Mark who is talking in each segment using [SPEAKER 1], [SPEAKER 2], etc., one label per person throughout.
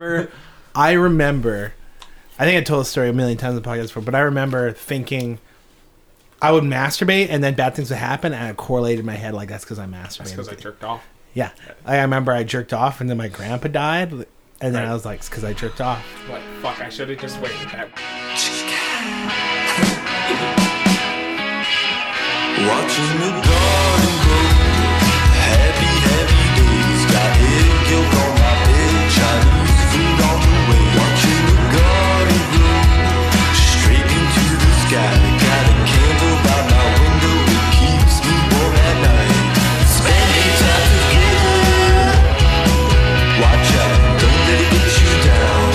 [SPEAKER 1] remember, I remember, I think I told this story a million times in the podcast before, but I remember thinking I would masturbate and then bad things would happen, and I correlated in my head like that's because I
[SPEAKER 2] That's because I
[SPEAKER 1] masturbated.
[SPEAKER 2] jerked off.
[SPEAKER 1] yeah, I remember I jerked off, and then my grandpa died, and then
[SPEAKER 2] Right.
[SPEAKER 1] I was like, it's because I jerked off.
[SPEAKER 2] Like, fuck, I should have just waited. That
[SPEAKER 3] Watching the garden grow. Happy, happy days. Got egg yolk on my bed. Chinese food on the way. Watching the garden grow. Straight into the sky. Got a candle by my window. It keeps me warm at night. Spending time together. Watch out. Don't let it get you down.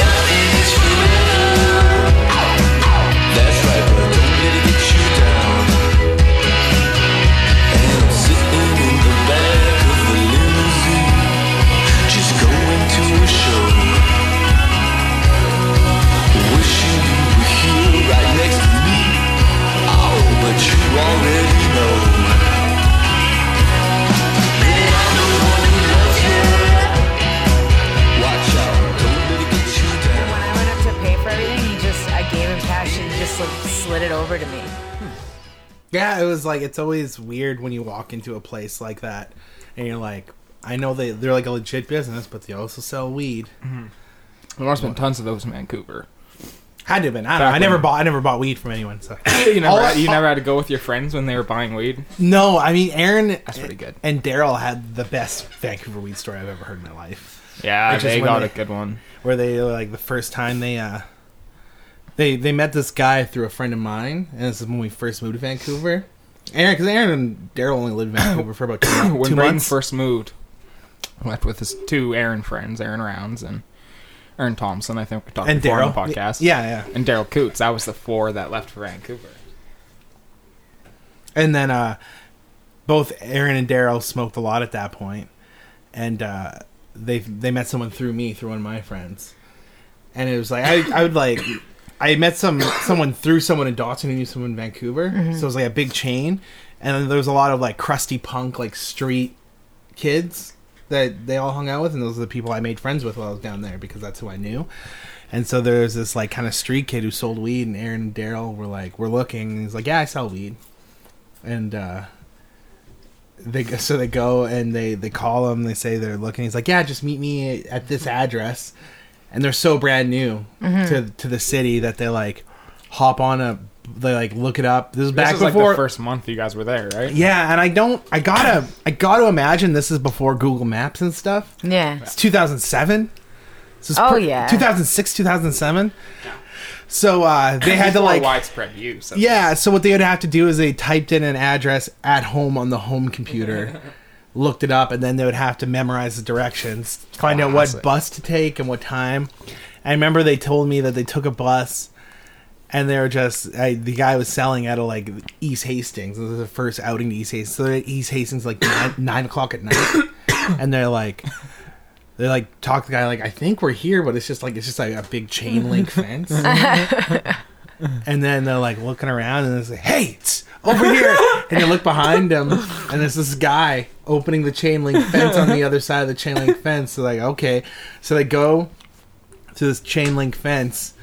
[SPEAKER 3] Love is forever. That's right, but don't let it get you down. And I'm sitting in the back of the limousine, just going to a show. Wishing you were here right next to me. Oh, but you already know. Man, I'm the one who loves you. Watch out, don't let it get you down.
[SPEAKER 4] When I went up to pay for everything, he just, I gave him cash and he just like, slid it over to me.
[SPEAKER 1] Yeah, it was like it's always weird when you walk into a place like that, and you're like, I know they they're like a legit business, but they also sell weed.
[SPEAKER 2] Mm-hmm.
[SPEAKER 5] There must have been tons of those in Vancouver.
[SPEAKER 1] Had to have been. I, don't know. I
[SPEAKER 5] Back
[SPEAKER 1] never
[SPEAKER 5] when-
[SPEAKER 1] bought. I never bought weed from anyone. So
[SPEAKER 5] You never,
[SPEAKER 1] All I-
[SPEAKER 5] had, you never had to go with your friends when they were buying weed.
[SPEAKER 1] no, I mean Aaron. That's
[SPEAKER 5] pretty good.
[SPEAKER 1] And Daryl had the best Vancouver weed story I've ever heard in my life,
[SPEAKER 5] Yeah,
[SPEAKER 1] Which is
[SPEAKER 5] they
[SPEAKER 1] when
[SPEAKER 5] got
[SPEAKER 1] they-
[SPEAKER 5] a good one.
[SPEAKER 1] where they like the first time they uh they they met this guy through a friend of mine, and this is when we first moved to Vancouver. Aaron, because Aaron and Daryl only lived in Vancouver for about two, two
[SPEAKER 5] When Braden
[SPEAKER 1] months.
[SPEAKER 5] first moved, I left with his two Aaron friends, Aaron Rounds and Aaron Thompson. I think we talked
[SPEAKER 1] and
[SPEAKER 5] before
[SPEAKER 1] Daryl,
[SPEAKER 5] on the podcast.
[SPEAKER 1] yeah, yeah.
[SPEAKER 5] and Daryl Coots. That was the four that left for Vancouver.
[SPEAKER 1] And then uh, both Aaron and Daryl smoked a lot at that point, and uh, they they met someone through me through one of my friends, and it was like I I would like I met some someone through someone in Dawson who knew someone in Vancouver, so it was like a big chain, and then there was a lot of like crusty punk like street kids that they all hung out with, and those are the people I made friends with while I was down there because that's who I knew. And so there was this like kind of street kid who sold weed, and Aaron and Daryl were like, "We're looking." And he's like, "Yeah, I sell weed." and uh they go- so they go and they they call him they say they're looking he's like yeah just meet me at this address and they're so brand new to to the city that they like hop on a they like look it up this is
[SPEAKER 5] This
[SPEAKER 1] back
[SPEAKER 5] is like
[SPEAKER 1] before
[SPEAKER 5] the first month you guys were there, right?
[SPEAKER 1] yeah and i don't i gotta i gotta imagine this is before google maps and stuff
[SPEAKER 4] Yeah.
[SPEAKER 1] it's 2007 This is
[SPEAKER 4] Oh, yeah.
[SPEAKER 1] 2006 2007 so uh they had to
[SPEAKER 5] Before
[SPEAKER 1] like
[SPEAKER 5] widespread use. of
[SPEAKER 1] yeah, so what they would have to do is they typed in an address at home on the home computer, looked it up, and then they would have to memorize the directions, find out what
[SPEAKER 5] Classic.
[SPEAKER 1] bus to take and what time. I remember they told me that they took a bus and they were just I, the guy was selling out of like East Hastings. This is the first outing to East Hastings. So they're at East Hastings like nine, nine o'clock at night, and they're like, they like talk to the guy like I think we're here, but it's just like it's just like a big chain link fence. and then they're like looking around and they say, "Hey, it's over here!" and you look behind them, and there's this guy opening the chain link fence on the other side of the chain link fence. So like, okay, so they go to this chain link fence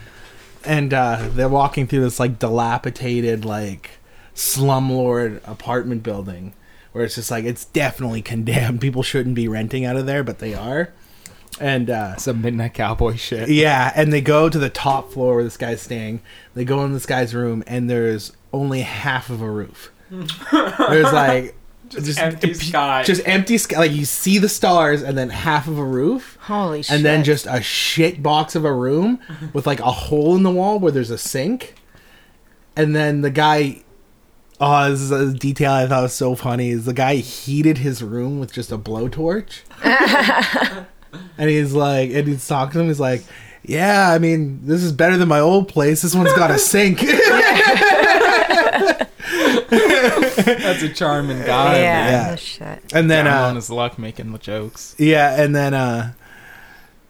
[SPEAKER 1] and uh, they're walking through this like dilapidated like slumlord apartment building where it's just like it's definitely condemned people shouldn't be renting out of there but they are and uh,
[SPEAKER 5] Some midnight cowboy shit.
[SPEAKER 1] yeah and they go to the top floor where this guy's staying they go in this guy's room and there's only half of a roof there's like just,
[SPEAKER 2] empty sky.
[SPEAKER 1] just empty sky like you see the stars and then half of a roof
[SPEAKER 4] Holy shit.
[SPEAKER 1] and then just a shit box of a room with like a hole in the wall where there's a sink. And then the guy, oh, this is a detail I thought was so funny. Is the guy heated his room with just a blowtorch? and he's like, and he's talking to him. He's like, yeah, I mean, this is better than my old place. This one's got a sink.
[SPEAKER 5] That's a charming guy.
[SPEAKER 4] yeah.
[SPEAKER 1] uh, yeah.
[SPEAKER 4] no shit.
[SPEAKER 1] and then,
[SPEAKER 5] And
[SPEAKER 1] uh,
[SPEAKER 5] on his luck, making the jokes.
[SPEAKER 1] Yeah, and then uh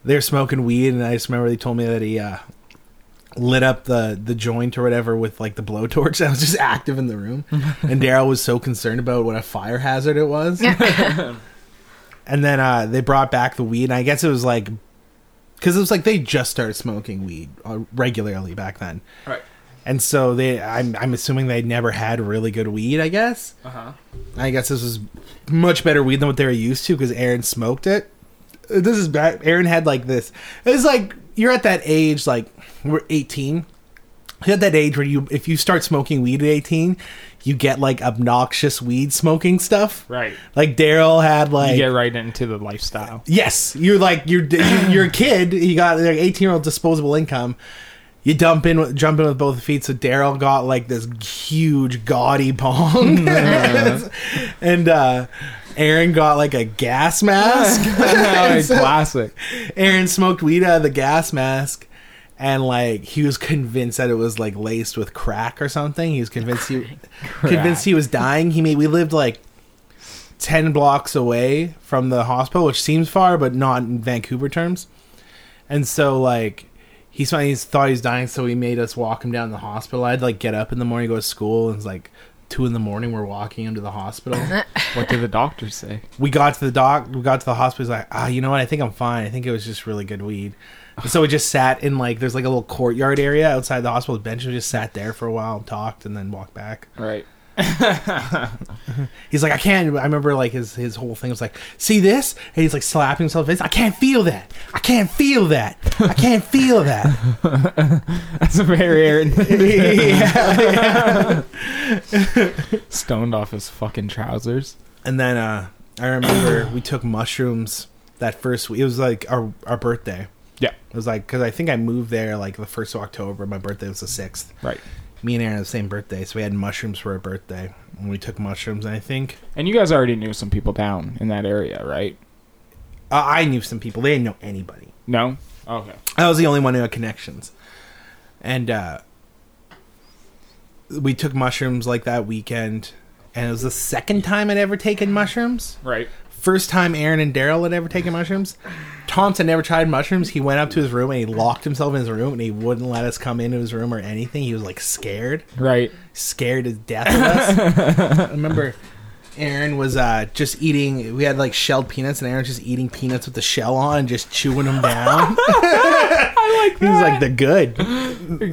[SPEAKER 1] they're smoking weed, and I just remember they told me that he uh lit up the the joint or whatever with like the blowtorch that was just active in the room, and Daryl was so concerned about what a fire hazard it was. and then uh, they brought back the weed, and I guess it was like, because it was like they just started smoking weed uh, regularly back then,
[SPEAKER 2] Right.
[SPEAKER 1] and so they, I'm, I'm assuming they never had really good weed. I guess,
[SPEAKER 2] Uh
[SPEAKER 5] Uh-huh.
[SPEAKER 2] huh.
[SPEAKER 1] I guess this was much better weed than what they were used to because Aaron smoked it. This is bad. Aaron had like this. It's like you're at that age, like we're 18. You're at that age where you, if you start smoking weed at 18, you get like obnoxious weed smoking stuff.
[SPEAKER 5] Right.
[SPEAKER 1] Like Daryl had
[SPEAKER 5] You
[SPEAKER 1] like
[SPEAKER 5] get right into the lifestyle.
[SPEAKER 1] Yes, you're like you're you- you're a kid. You got like 18 year old disposable income. You dump in, with- jump in with both feet. So Daryl got like this huge gaudy bong, and uh, Aaron got like a gas mask.
[SPEAKER 5] Classic.
[SPEAKER 1] Aaron smoked weed out of the gas mask, and like he was convinced that it was like laced with crack or something. He was convinced he convinced he was dying. He made we lived like ten blocks away from the hospital, which seems far, but not in Vancouver terms. And so like he sm- he thought he was dying, so he made us walk him down to the hospital. I'd like get up in the morning, go to school, and it's like two in the morning. We're walking him to the hospital
[SPEAKER 5] What did the doctors say?
[SPEAKER 1] we got to the doc we got to the hospital he's like ah you know what i think i'm fine i think it was just really good weed And so we just sat in like there's like a little courtyard area outside the hospital bench we just sat there for a while and talked and then walked back
[SPEAKER 5] Right.
[SPEAKER 1] he's like i can't i remember like his his whole thing was like see this and he's like slapping himself in the face i can't feel that i can't feel that i can't feel that
[SPEAKER 5] That's a very Aaron.
[SPEAKER 1] Yeah.
[SPEAKER 5] Stoned off his fucking trousers.
[SPEAKER 1] and then uh i remember we took mushrooms that first week it was like our our birthday
[SPEAKER 5] Yeah.
[SPEAKER 1] It was like because I think I moved there like the first of October. My birthday was the sixth.
[SPEAKER 5] Right.
[SPEAKER 1] Me and Aaron had the same birthday, so we had mushrooms for our birthday, and we took mushrooms. And I think
[SPEAKER 5] And you guys already knew some people down in that area, right?
[SPEAKER 1] uh, I knew some people. They didn't know anybody.
[SPEAKER 5] No. Okay.
[SPEAKER 1] I was the only one who had connections, and uh, we took mushrooms like that weekend. And it was the second time I'd ever taken mushrooms.
[SPEAKER 5] Right.
[SPEAKER 1] First time Aaron and Daryl had ever taken mushrooms. Thompson never tried mushrooms. He went up to his room and he locked himself in his room and he wouldn't let us come into his room or anything. He was like scared.
[SPEAKER 5] Right.
[SPEAKER 1] scared to death of us. I remember Aaron was uh, just eating. We had like shelled peanuts, and Aaron was just eating peanuts with the shell on and just chewing them down. I like He's like the good,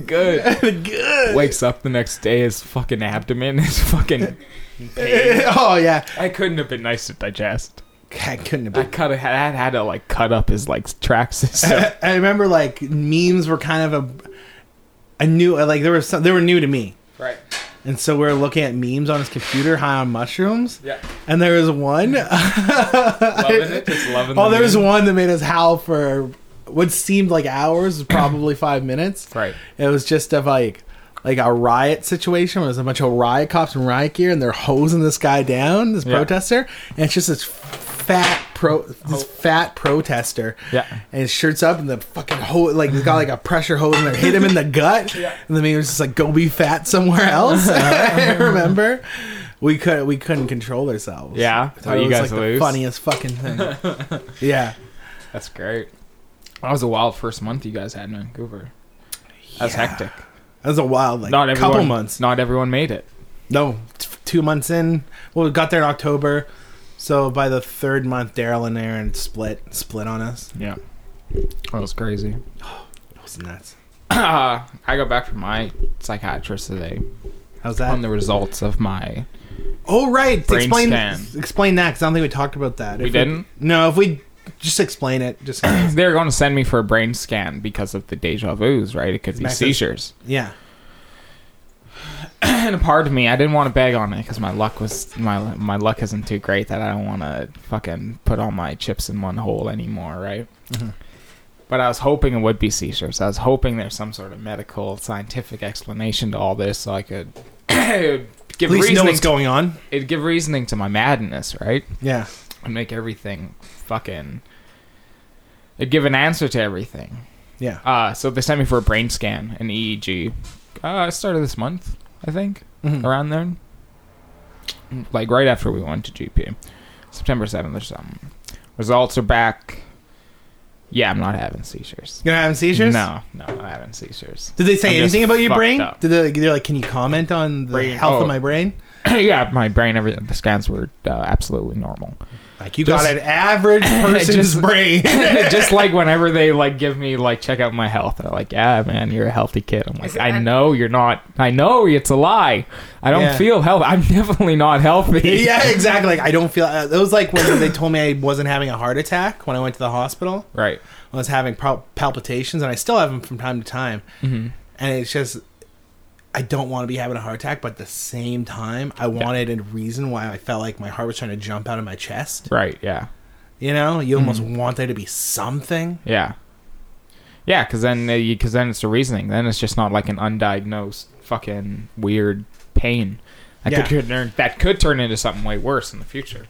[SPEAKER 5] Good.
[SPEAKER 1] the good.
[SPEAKER 5] Wakes up the next day, his fucking abdomen is fucking.
[SPEAKER 1] oh yeah,
[SPEAKER 5] I couldn't have been nice to digest.
[SPEAKER 1] I couldn't have
[SPEAKER 5] I
[SPEAKER 1] been.
[SPEAKER 5] cut. I had, had to like cut up his like track system.
[SPEAKER 1] I remember like memes were kind of a, a new like there were some they were new to me.
[SPEAKER 2] Right.
[SPEAKER 1] And so we were looking at memes on his computer, high on mushrooms.
[SPEAKER 2] Yeah.
[SPEAKER 1] And there was one.
[SPEAKER 2] Loving it. Just loving.
[SPEAKER 1] Oh,
[SPEAKER 2] the
[SPEAKER 1] there was
[SPEAKER 2] meme.
[SPEAKER 1] one that made us howl for what seemed like hours, probably five minutes.
[SPEAKER 5] Right.
[SPEAKER 1] It was just of like like a riot situation where there's a bunch of riot cops in riot gear and they're hosing this guy down, this
[SPEAKER 5] Yeah.
[SPEAKER 1] protester, and it's just this fat pro this fat protester.
[SPEAKER 5] Yeah.
[SPEAKER 1] And his shirt's up and the fucking hose like he's got like a pressure hose and they hit him in the gut. And then he was just like, Go be fat somewhere else. I remember. We could we couldn't control ourselves.
[SPEAKER 5] Yeah? Oh,
[SPEAKER 1] So
[SPEAKER 5] You
[SPEAKER 1] it was
[SPEAKER 5] guys
[SPEAKER 1] like the
[SPEAKER 5] lose?
[SPEAKER 1] funniest fucking thing. yeah.
[SPEAKER 5] That's great. That was a wild first month you guys had in Vancouver. That's
[SPEAKER 1] Yeah.
[SPEAKER 5] hectic.
[SPEAKER 1] That was a wild, like,
[SPEAKER 5] Not everyone.
[SPEAKER 1] couple months.
[SPEAKER 5] Not everyone made it.
[SPEAKER 1] No, t- two months in. Well, we got there in October. So by the third month, Daryl and Aaron split split on us.
[SPEAKER 5] Yeah. That was crazy.
[SPEAKER 1] It was nuts.
[SPEAKER 5] I got back from my psychiatrist today
[SPEAKER 1] How's that?
[SPEAKER 5] on the results of my.
[SPEAKER 1] oh, right.
[SPEAKER 5] Brain
[SPEAKER 1] explain
[SPEAKER 5] scan.
[SPEAKER 1] explain that because I don't think we talked about that.
[SPEAKER 5] We
[SPEAKER 1] If
[SPEAKER 5] didn't?
[SPEAKER 1] no, if we just explain it, just yeah.
[SPEAKER 5] They're going to send me for a brain scan because of the deja vu's, right? It could be
[SPEAKER 1] Max's-
[SPEAKER 5] seizures. And a part of me, I didn't want to beg on it because my luck was my my luck isn't too great that I don't want to fucking put all my chips in one hole anymore, right?
[SPEAKER 1] Mm-hmm.
[SPEAKER 5] But I was hoping it would be seizures. I was hoping there's some sort of medical, scientific explanation to all this, so I could it would give
[SPEAKER 1] At least know
[SPEAKER 5] reasoning.
[SPEAKER 1] what's going on.
[SPEAKER 5] it'd give reasoning to my madness, right?
[SPEAKER 1] Yeah.
[SPEAKER 5] It'd make everything fucking. It'd give an answer to everything.
[SPEAKER 1] Yeah.
[SPEAKER 5] Uh, so they sent me for a brain scan, an EEG. Uh, started this month, I think,
[SPEAKER 1] Mhm.
[SPEAKER 5] around there. Like right after we went to GP, September seventh or something. Results are back. Yeah, I'm not having seizures.
[SPEAKER 1] You're not having seizures?
[SPEAKER 5] No, no, I'm not having seizures.
[SPEAKER 1] Did they say
[SPEAKER 5] I'm just
[SPEAKER 1] anything about your
[SPEAKER 5] fucked
[SPEAKER 1] brain?
[SPEAKER 5] up.
[SPEAKER 1] Did they, they're like, can you comment on the
[SPEAKER 5] Brain-
[SPEAKER 1] health
[SPEAKER 5] oh.
[SPEAKER 1] of my brain?
[SPEAKER 5] yeah, my brain, everything. The scans were uh, absolutely normal.
[SPEAKER 1] Like you
[SPEAKER 5] Just-
[SPEAKER 1] got an average person's
[SPEAKER 5] Just-
[SPEAKER 1] brain.
[SPEAKER 5] just like whenever they like give me like check out my health they're like yeah man you're a healthy kid i'm like
[SPEAKER 4] Is it-
[SPEAKER 5] i know you're not i know it's a lie i don't
[SPEAKER 1] Yeah.
[SPEAKER 5] feel healthy i'm definitely not healthy
[SPEAKER 1] yeah, exactly. Like I don't feel. Uh, it was like when they told me I wasn't having a heart attack when I went to the hospital.
[SPEAKER 5] right
[SPEAKER 1] I was having pal- palpitations, and I still have them from time to time.
[SPEAKER 5] Mhm.
[SPEAKER 1] And it's just, I don't want to be having a heart attack, but at the same time, I wanted a reason why I felt like my heart was trying to jump out of my chest.
[SPEAKER 5] right yeah
[SPEAKER 1] You know, you almost
[SPEAKER 5] Mm-hmm.
[SPEAKER 1] want there to be something.
[SPEAKER 5] yeah yeah because then because then it's the reasoning then it's just not like an undiagnosed fucking weird pain that,
[SPEAKER 1] Yeah.
[SPEAKER 5] could turn, that could turn into something way worse in the future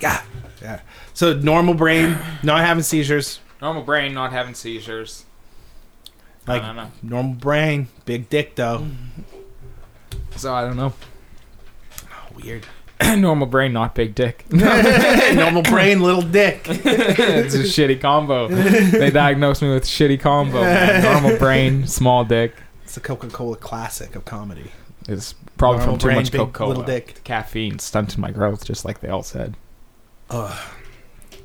[SPEAKER 1] Yeah, yeah. So normal brain, not having seizures.
[SPEAKER 5] normal brain not having seizures
[SPEAKER 1] Like
[SPEAKER 5] don't know.
[SPEAKER 1] normal brain, big dick though.
[SPEAKER 5] so i don't know Mm.
[SPEAKER 1] Weird.
[SPEAKER 5] normal brain not big dick
[SPEAKER 1] normal brain, little dick.
[SPEAKER 5] it's a shitty combo. They diagnosed me with shitty combo. man. Normal brain, small dick.
[SPEAKER 1] It's a Coca Cola classic of comedy.
[SPEAKER 5] It's probably
[SPEAKER 1] Normal
[SPEAKER 5] from Oh, too
[SPEAKER 1] brain,
[SPEAKER 5] much
[SPEAKER 1] big
[SPEAKER 5] Coca Cola.
[SPEAKER 1] little dick.
[SPEAKER 5] Caffeine stunted my growth, just like they all said.
[SPEAKER 1] Ugh.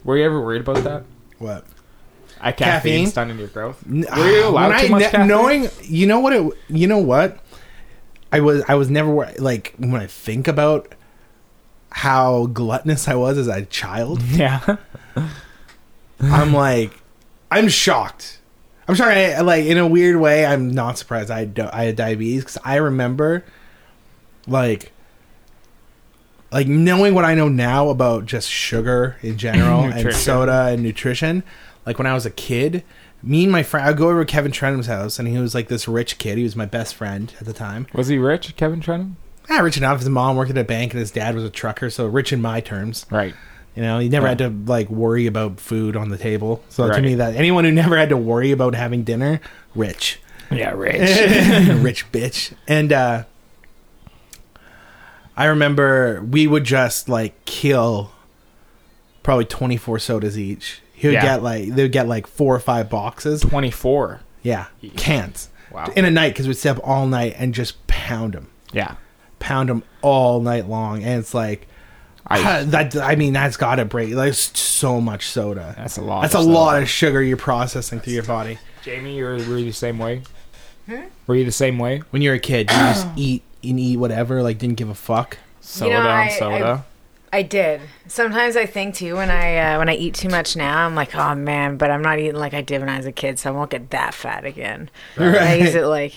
[SPEAKER 5] Were you ever worried about that?
[SPEAKER 1] What?
[SPEAKER 5] I caffeine,
[SPEAKER 1] Caffeine?
[SPEAKER 5] stunted your growth.
[SPEAKER 1] N-
[SPEAKER 5] Were you allowed
[SPEAKER 1] When
[SPEAKER 5] too
[SPEAKER 1] I
[SPEAKER 5] much
[SPEAKER 1] ne-
[SPEAKER 5] caffeine?
[SPEAKER 1] knowing you know what it you know what I was I was never wor- like when I think about how gluttonous I was as a child
[SPEAKER 5] Yeah,
[SPEAKER 1] I'm like I'm shocked I'm shocked I, like in a weird way I'm not surprised I had, di- I had diabetes cuz I remember like like knowing what I know now about just sugar in general and
[SPEAKER 5] Nutrition.
[SPEAKER 1] soda and nutrition, like when I was a kid, me and my friend, I'd go over to Kevin Trenum's house, and he was like this rich kid. He was my best friend at the time.
[SPEAKER 5] was he rich, Kevin Trenum?
[SPEAKER 1] Ah, rich enough. His mom worked at a bank, and his dad was a trucker, so rich in my terms.
[SPEAKER 5] Right.
[SPEAKER 1] You know, he never
[SPEAKER 5] Yeah.
[SPEAKER 1] had to like worry about food on the table. So to
[SPEAKER 5] Right.
[SPEAKER 1] me, that anyone who never had to worry about having dinner, rich.
[SPEAKER 5] Yeah, rich.
[SPEAKER 1] rich bitch. And uh I remember we would just like kill probably 24 sodas each. He would
[SPEAKER 5] Yeah.
[SPEAKER 1] get like they would get like four or five boxes.
[SPEAKER 5] Twenty four.
[SPEAKER 1] Yeah, cans.
[SPEAKER 5] Wow.
[SPEAKER 1] In a night because we'd stay up all night and just pound them.
[SPEAKER 5] Yeah.
[SPEAKER 1] Pound them all night long and it's like
[SPEAKER 5] I,
[SPEAKER 1] that I mean that's got to break like s- so much soda.
[SPEAKER 5] that's a lot.
[SPEAKER 1] That's a
[SPEAKER 5] of soda.
[SPEAKER 1] lot of sugar you're processing through your body.
[SPEAKER 5] Jamie, you're, were you the same way? Were Hmm? you the same way?
[SPEAKER 1] When you're a kid, you just eat and eat whatever, like didn't give a fuck.
[SPEAKER 5] Soda
[SPEAKER 4] I-
[SPEAKER 5] on soda.
[SPEAKER 4] I did. Sometimes I think too when I uh, when I eat too much now, I'm like, oh man, but I'm not eating like I did when I was a kid, so I won't get that fat again. And I use it like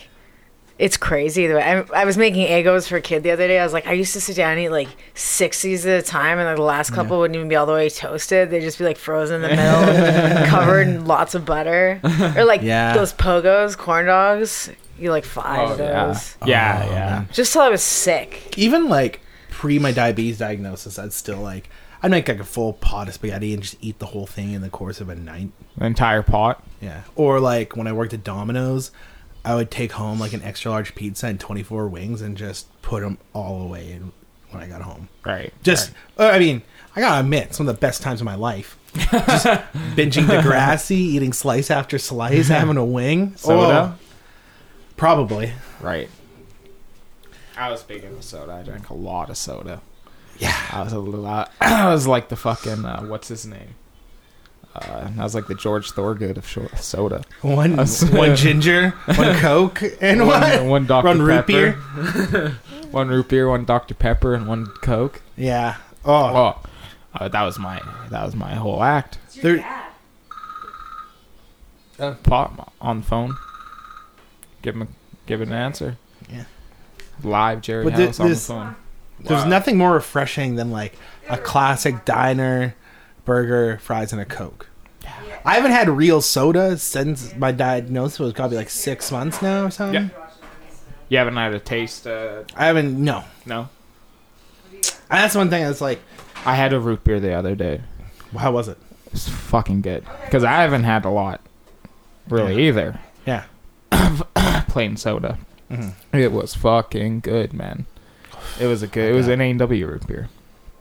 [SPEAKER 4] it's crazy the way I, I was making egos for a kid the other day. I was like, I used to sit down and eat like sixties at a time, and like the last couple wouldn't even be all the way toasted; they'd just be like frozen in the middle, covered in lots of butter, or like
[SPEAKER 1] Yeah.
[SPEAKER 4] those pogos, corn dogs. You like five of
[SPEAKER 5] Oh, yeah.
[SPEAKER 4] those.
[SPEAKER 5] Yeah,
[SPEAKER 1] Oh,
[SPEAKER 5] yeah.
[SPEAKER 4] Just till I was sick.
[SPEAKER 1] even like pre my diabetes diagnosis, I'd still like I'd make like a full pot of spaghetti and just eat the whole thing in the course of a night.
[SPEAKER 5] An entire pot.
[SPEAKER 1] Yeah. Or like when I worked at Domino's, I would take home like an extra large pizza and 24 wings and just put them all away in- when I got home.
[SPEAKER 5] Right.
[SPEAKER 1] Just uh, I mean, I got to admit, some of the best times of my life. just binging Degrassi, eating slice after slice, having a wing.
[SPEAKER 5] Soda?
[SPEAKER 1] Oh, probably.
[SPEAKER 5] Right. I was big into soda. I drank a lot of soda.
[SPEAKER 1] Yeah.
[SPEAKER 5] I was a lot. I was like the fucking uh, what's his name? Uh, I was like the George Thorgood of short soda.
[SPEAKER 1] One,
[SPEAKER 5] Us.
[SPEAKER 1] one ginger, one Coke, and one,
[SPEAKER 5] One, one Dr.
[SPEAKER 1] Run
[SPEAKER 5] Pepper,
[SPEAKER 1] root beer.
[SPEAKER 5] one root beer, one Dr. Pepper, and one Coke.
[SPEAKER 1] Yeah. Oh,
[SPEAKER 5] Oh, uh, that was my that was my whole act.
[SPEAKER 1] there- Oh.
[SPEAKER 5] Pop on the phone. Give him a, give it an answer.
[SPEAKER 1] Yeah.
[SPEAKER 5] Live Jerry
[SPEAKER 1] But thi-
[SPEAKER 5] House on the
[SPEAKER 1] this-
[SPEAKER 5] phone.
[SPEAKER 1] there's nothing more refreshing than like a classic diner burger, fries, and a Coke. I haven't had real soda since my diagnosis was probably like six months now or something.
[SPEAKER 5] You haven't had a taste. Uh,
[SPEAKER 1] I haven't, no.
[SPEAKER 5] no,
[SPEAKER 1] And that's one thing that's like,
[SPEAKER 5] I had a root beer the other day.
[SPEAKER 1] how was it?
[SPEAKER 5] It's fucking good. Because I haven't had a lot, really, either.
[SPEAKER 1] Yeah.
[SPEAKER 5] Plain soda.
[SPEAKER 1] Mm-hmm.
[SPEAKER 5] It was fucking good, man. It was a good. It was an AW root beer,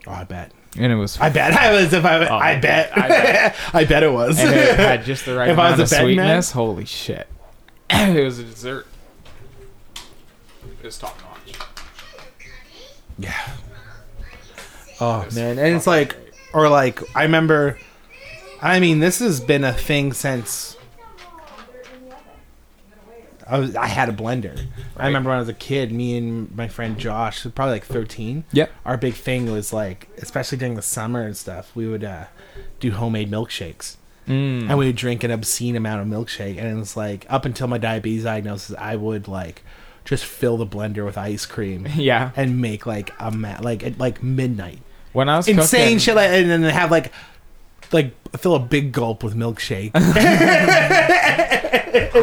[SPEAKER 1] Oh, I bet.
[SPEAKER 5] and it was.
[SPEAKER 1] I bet I was if I,
[SPEAKER 5] Oh,
[SPEAKER 1] I bet.
[SPEAKER 5] I bet.
[SPEAKER 1] I bet it was.
[SPEAKER 5] and it had just the right
[SPEAKER 1] If I was
[SPEAKER 5] amount of
[SPEAKER 1] a betting man?
[SPEAKER 5] sweetness. Holy shit! it was a dessert. It was top notch.
[SPEAKER 1] Oh man, and it's like Or like I remember I mean this has been a thing since I was I had a blender. I remember when I was a kid, me and my friend Josh, who was probably like 13.
[SPEAKER 5] Yep.
[SPEAKER 1] Our big thing was like especially during the summer and stuff, we would uh do homemade milkshakes.
[SPEAKER 5] Mm.
[SPEAKER 1] And we would drink an obscene amount of milkshake and it was like up until my diabetes diagnosis, I would like just fill the blender with ice cream
[SPEAKER 5] Yeah.
[SPEAKER 1] and make like a ma- like at like midnight
[SPEAKER 5] When I was
[SPEAKER 1] insane
[SPEAKER 5] cooking,
[SPEAKER 1] shit like, and then have like like fill a big gulp with milkshake
[SPEAKER 5] I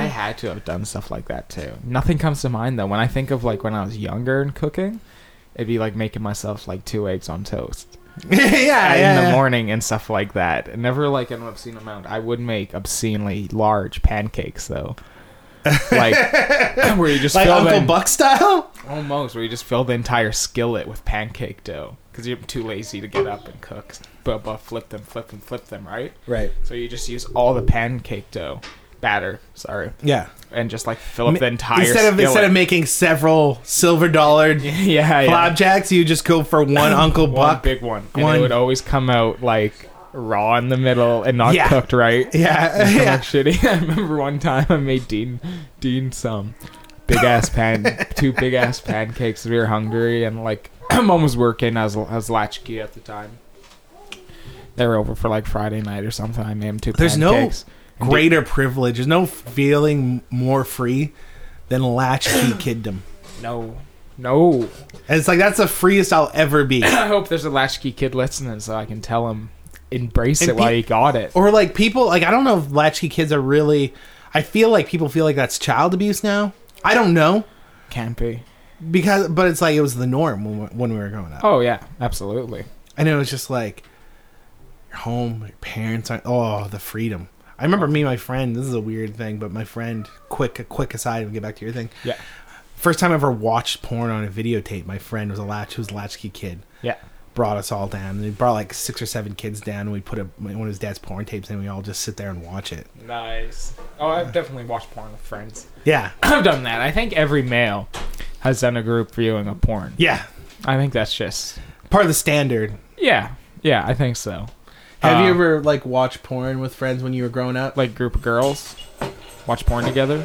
[SPEAKER 5] had to have done stuff like that too. Nothing comes to mind though. When I think of like when I was younger and cooking, it'd be like making myself like two eggs on toast
[SPEAKER 1] yeah, yeah,
[SPEAKER 5] in the
[SPEAKER 1] Ah, yeah.
[SPEAKER 5] morning and stuff like that. And never like an obscene amount. I would make obscenely large pancakes though. like where you just
[SPEAKER 1] like
[SPEAKER 5] fill
[SPEAKER 1] uncle
[SPEAKER 5] them-
[SPEAKER 1] buck style
[SPEAKER 5] Almost, where you just fill the entire skillet with pancake dough because you're too lazy to get up and cook. But, but flip them, flip them, flip them, right?
[SPEAKER 1] right
[SPEAKER 5] So you just use all the pancake dough batter, sorry,
[SPEAKER 1] yeah
[SPEAKER 5] and just like fill up the entire
[SPEAKER 1] instead of
[SPEAKER 5] skillet.
[SPEAKER 1] instead of making several silver dollar
[SPEAKER 5] yeah, yeah,
[SPEAKER 1] flapjacks you just go for one uncle
[SPEAKER 5] one
[SPEAKER 1] buck
[SPEAKER 5] big one, and
[SPEAKER 1] one-
[SPEAKER 5] it would always come out like raw in the middle and not
[SPEAKER 1] Yeah.
[SPEAKER 5] cooked right.
[SPEAKER 1] yeah
[SPEAKER 5] Come out
[SPEAKER 1] yeah
[SPEAKER 5] shitty. I remember one time I made Dean Dean some big ass pan two big ass pancakes. We were hungry and like mom was working. I was I was latchkey at the time. They were over for like Friday night or something. I made him two
[SPEAKER 1] There's no
[SPEAKER 5] pancakes. And Dean-
[SPEAKER 1] greater privilege there's no feeling more free than latchkey kiddom
[SPEAKER 5] no no.
[SPEAKER 1] and it's like that's the freest i'll ever be
[SPEAKER 5] I hope there's a latchkey kid listening so I can tell him embrace
[SPEAKER 1] And
[SPEAKER 5] it while
[SPEAKER 1] pe-
[SPEAKER 5] you got
[SPEAKER 4] Oh.
[SPEAKER 5] it.
[SPEAKER 1] or like people like I don't know if latchkey kids are really. I feel like people feel like that's child abuse now. I don't know
[SPEAKER 5] Can't be.
[SPEAKER 1] because, but it's like it was the norm when we, when we were growing up,
[SPEAKER 5] Oh yeah, absolutely.
[SPEAKER 1] and it was just like your home, your parents aren't. Oh, the freedom. I remember me, and my friend. This is a weird thing, but my friend. Quick, a quick aside, and get back to your thing.
[SPEAKER 5] Yeah.
[SPEAKER 1] First time I ever watched porn on a videotape. My friend was a latch, who was a latchkey kid.
[SPEAKER 5] Yeah.
[SPEAKER 1] Brought us all down. They brought like six or seven kids down, and we put a, one of his dad's porn tapes, and we all just sit there and watch it.
[SPEAKER 5] Nice. Oh, I've definitely watched porn with friends.
[SPEAKER 1] Yeah,
[SPEAKER 5] I've done that. I think every male has done a group viewing of porn.
[SPEAKER 1] yeah.
[SPEAKER 5] I think that's just
[SPEAKER 1] Part of the standard.
[SPEAKER 5] yeah, yeah. I think so.
[SPEAKER 1] Have you
[SPEAKER 5] Uh,
[SPEAKER 1] ever like watched porn with friends when you were growing up?
[SPEAKER 5] Like group of girls watch porn together.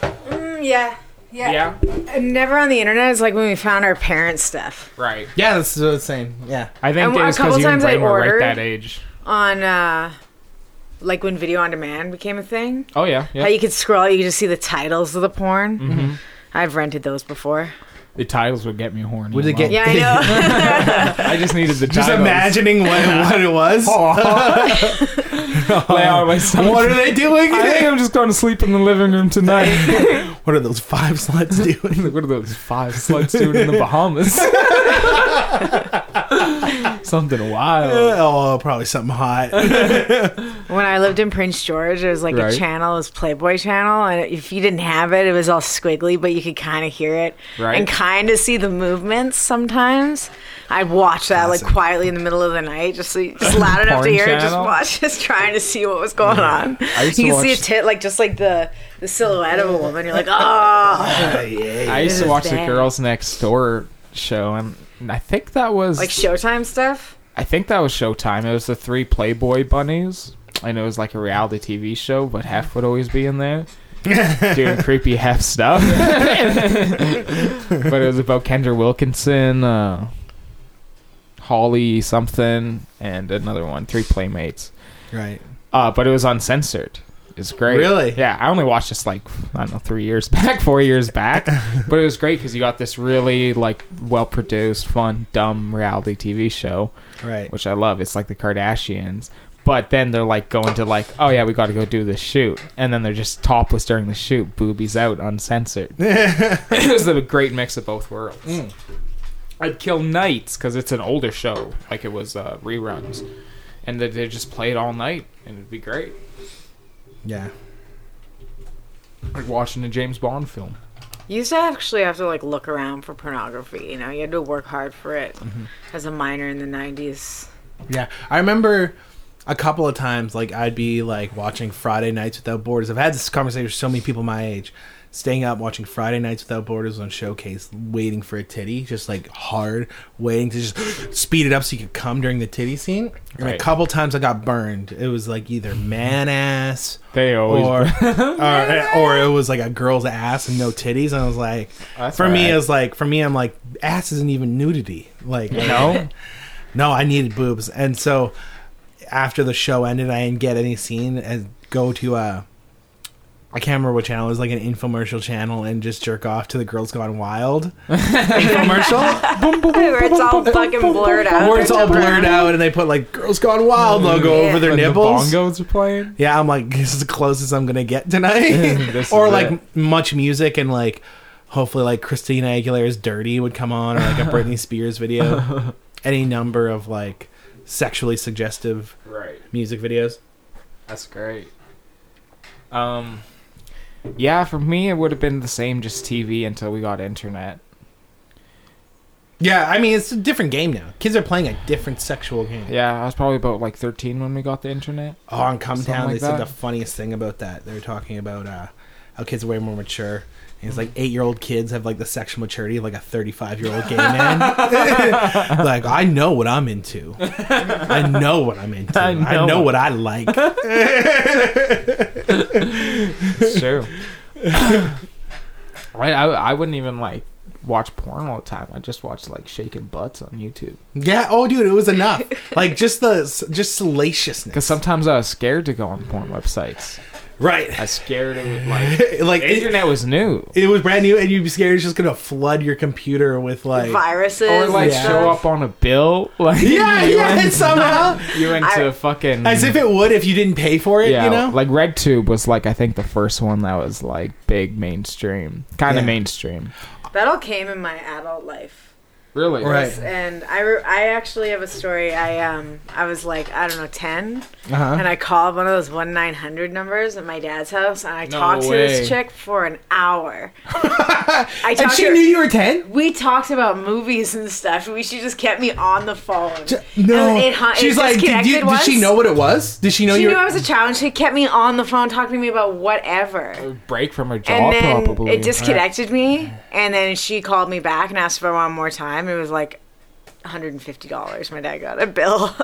[SPEAKER 4] Mm, yeah. Yeah. And Never on the internet. It's like when we found our parents' stuff
[SPEAKER 5] right.
[SPEAKER 1] yeah, that's the same. Yeah,
[SPEAKER 5] I think
[SPEAKER 4] And
[SPEAKER 5] it
[SPEAKER 4] a
[SPEAKER 5] was
[SPEAKER 4] couple
[SPEAKER 5] because you and
[SPEAKER 4] times I
[SPEAKER 5] Brain were right
[SPEAKER 4] ordered.
[SPEAKER 5] that age.
[SPEAKER 4] on, uh, like when video on demand became a thing.
[SPEAKER 5] Oh yeah, yeah. Mm.
[SPEAKER 4] How you could scroll, you could just see the titles of the porn. I've rented those before.
[SPEAKER 5] the titles would get me horny.
[SPEAKER 1] Would it get-
[SPEAKER 5] alone.
[SPEAKER 4] Yeah, I know.
[SPEAKER 5] I just needed the
[SPEAKER 1] just
[SPEAKER 5] titles.
[SPEAKER 1] imagining what, what it was.
[SPEAKER 5] Lay out my stomach.
[SPEAKER 1] What are they doing?
[SPEAKER 5] I think I'm just going to sleep in the living room tonight.
[SPEAKER 1] what are those five sluts doing?
[SPEAKER 5] what are those five sluts doing in the Bahamas? Something wild.
[SPEAKER 1] oh, probably something hot.
[SPEAKER 4] when I lived in Prince George, there was like
[SPEAKER 5] Right.
[SPEAKER 4] a channel, it was Playboy Channel, and if you didn't have it, it was all squiggly, but you could kind of hear it
[SPEAKER 5] Right.
[SPEAKER 4] and kind of see the movements sometimes. I'd watch that like
[SPEAKER 1] Classic.
[SPEAKER 4] quietly in the middle of the night, just, so you- just loud enough to
[SPEAKER 5] Porn
[SPEAKER 4] hear, it, just
[SPEAKER 5] channel?
[SPEAKER 4] watch, just trying to see what was going on.
[SPEAKER 5] I used to
[SPEAKER 4] You can see a
[SPEAKER 5] watch-
[SPEAKER 4] tit, like just like the the silhouette of a woman. You're like, oh,
[SPEAKER 5] I used to
[SPEAKER 4] This
[SPEAKER 5] watch
[SPEAKER 4] is
[SPEAKER 5] the
[SPEAKER 4] bad.
[SPEAKER 5] Girls Next Door show, and and I think that was
[SPEAKER 4] like Showtime stuff.
[SPEAKER 5] I think that was Showtime. It was the three Playboy bunnies. and it was like a reality TV show, but Hef would always be in there doing creepy Hef stuff. but it was about Kendra Wilkinson, uh, Holly something, and another one, three playmates.
[SPEAKER 1] right.
[SPEAKER 5] Uh, but it was uncensored. It's great.
[SPEAKER 1] Really?
[SPEAKER 5] Yeah, I only watched this like I don't know three years back, four years back, but it was great because you got this really like well produced, fun, dumb reality TV show,
[SPEAKER 1] Right.
[SPEAKER 5] which I love. It's like the Kardashians, but then they're like going to like, oh yeah, we got to go do this shoot, and then they're just topless during the shoot, boobies out, uncensored. it was a great mix of both worlds.
[SPEAKER 1] Mm.
[SPEAKER 5] I'd kill nights because it's an older show, like it was uh, reruns, and they they just play it all night, and it'd be great,
[SPEAKER 1] Yeah.
[SPEAKER 5] like watching a James Bond film.
[SPEAKER 4] You used to actually have to like look around for pornography. You know, you had to work hard for it
[SPEAKER 5] Mm-hmm.
[SPEAKER 4] as a minor in the '90s.
[SPEAKER 1] Yeah. I remember a couple of times, like I'd be like watching Friday Nights Without Borders. I've had this conversation with so many people my age. staying up watching Friday Nights Without Borders on Showcase, waiting for a titty, just like hard, waiting to just speed it up so you could come during the titty scene. And a
[SPEAKER 5] Right.
[SPEAKER 1] couple times I got burned. It was like either man ass
[SPEAKER 5] They always.
[SPEAKER 1] or or, eh, or it was like a girl's ass and no titties. And I was like,
[SPEAKER 5] Oh, That's
[SPEAKER 1] for me,
[SPEAKER 5] alright.
[SPEAKER 1] it was like for me, I'm like ass isn't even nudity. Like
[SPEAKER 5] no.
[SPEAKER 1] no, I needed boobs. And so after the show ended, I didn't get any scene and go to uh I can't remember what channel. It was like an infomercial channel, and just jerk off to the Girls Gone Wild infomercial, boom, boom,
[SPEAKER 4] Where it's all fucking blurred out.
[SPEAKER 1] where it's all blurred out, and they put like "Girls Gone Wild" logo
[SPEAKER 4] Yeah.
[SPEAKER 1] over their
[SPEAKER 5] When
[SPEAKER 1] nipples.
[SPEAKER 5] The bongos are playing.
[SPEAKER 1] Yeah, I'm like, this is the closest I'm gonna get tonight.
[SPEAKER 5] This
[SPEAKER 1] or
[SPEAKER 5] is
[SPEAKER 1] like
[SPEAKER 5] it.
[SPEAKER 1] m- much music and like hopefully like Christina Aguilera's "Dirty" would come on, or like a Britney Spears video, any number of like sexually suggestive
[SPEAKER 5] Right.
[SPEAKER 1] music videos.
[SPEAKER 5] That's great. Um, yeah, for me it would have been the same, just TV until we got internet.
[SPEAKER 1] Yeah, I mean it's a different game now. Kids are playing a different sexual game.
[SPEAKER 5] Yeah, I was probably about like 13 when we got the internet.
[SPEAKER 1] Oh, on Come
[SPEAKER 5] Something
[SPEAKER 1] Town,
[SPEAKER 5] like
[SPEAKER 1] they said
[SPEAKER 5] that.
[SPEAKER 1] the funniest thing about that. They were talking about uh, how kids are way more mature. And it's like eight year old kids have like the sexual maturity of like a 35 year old gay man. like, I know what I'm into. I know what I'm into. I
[SPEAKER 5] I
[SPEAKER 1] know,
[SPEAKER 5] know.
[SPEAKER 1] what I like.
[SPEAKER 5] It's true. right, I, I wouldn't even like watch porn all the time. I just watched like shaking butts on YouTube
[SPEAKER 1] yeah. Oh, dude, it was enough. Like, just the, just salaciousness.
[SPEAKER 5] because sometimes I was scared to go on porn websites.
[SPEAKER 1] right.
[SPEAKER 5] I was scared of like
[SPEAKER 1] like,
[SPEAKER 5] the
[SPEAKER 1] it,
[SPEAKER 5] internet was new.
[SPEAKER 1] it was brand new, and you'd be scared it's just going to flood your computer with like.
[SPEAKER 4] Viruses.
[SPEAKER 5] Or like
[SPEAKER 1] Yeah.
[SPEAKER 5] show up on a bill, like
[SPEAKER 1] Yeah,
[SPEAKER 5] you
[SPEAKER 1] yeah,
[SPEAKER 5] went-
[SPEAKER 1] somehow.
[SPEAKER 5] you went to fucking
[SPEAKER 1] As if it would if you didn't pay for it,
[SPEAKER 5] yeah,
[SPEAKER 1] you know?
[SPEAKER 5] like RedTube was like I think the first one that was like big mainstream, kind of
[SPEAKER 1] Yeah.
[SPEAKER 5] mainstream.
[SPEAKER 4] That all came in my adult life.
[SPEAKER 5] Really,
[SPEAKER 1] Right.
[SPEAKER 4] And I, re- I actually have a story. I um I was like I don't know ten,
[SPEAKER 1] Uh-huh.
[SPEAKER 4] and I called one of those one nine hundred numbers at my dad's house, and I
[SPEAKER 5] No
[SPEAKER 4] talked to
[SPEAKER 5] way.
[SPEAKER 4] this chick for an hour. I
[SPEAKER 1] And
[SPEAKER 4] talked
[SPEAKER 1] she
[SPEAKER 4] to her-
[SPEAKER 1] knew you were 10?
[SPEAKER 4] we talked about movies and stuff. We, she just kept me on the phone.
[SPEAKER 1] No,
[SPEAKER 4] And Oh, it, hu- it
[SPEAKER 1] she's like, did,
[SPEAKER 4] disconnected
[SPEAKER 1] you, did
[SPEAKER 4] once.
[SPEAKER 1] she know what it was? Did she know
[SPEAKER 4] She
[SPEAKER 1] you?
[SPEAKER 4] knew
[SPEAKER 1] were-
[SPEAKER 4] I was a child. and She kept me on the phone talking to me about whatever.
[SPEAKER 5] break from her job
[SPEAKER 4] And then
[SPEAKER 5] probably.
[SPEAKER 4] it disconnected me. And then she called me back and asked for one more time. It was like $150. My dad got a bill.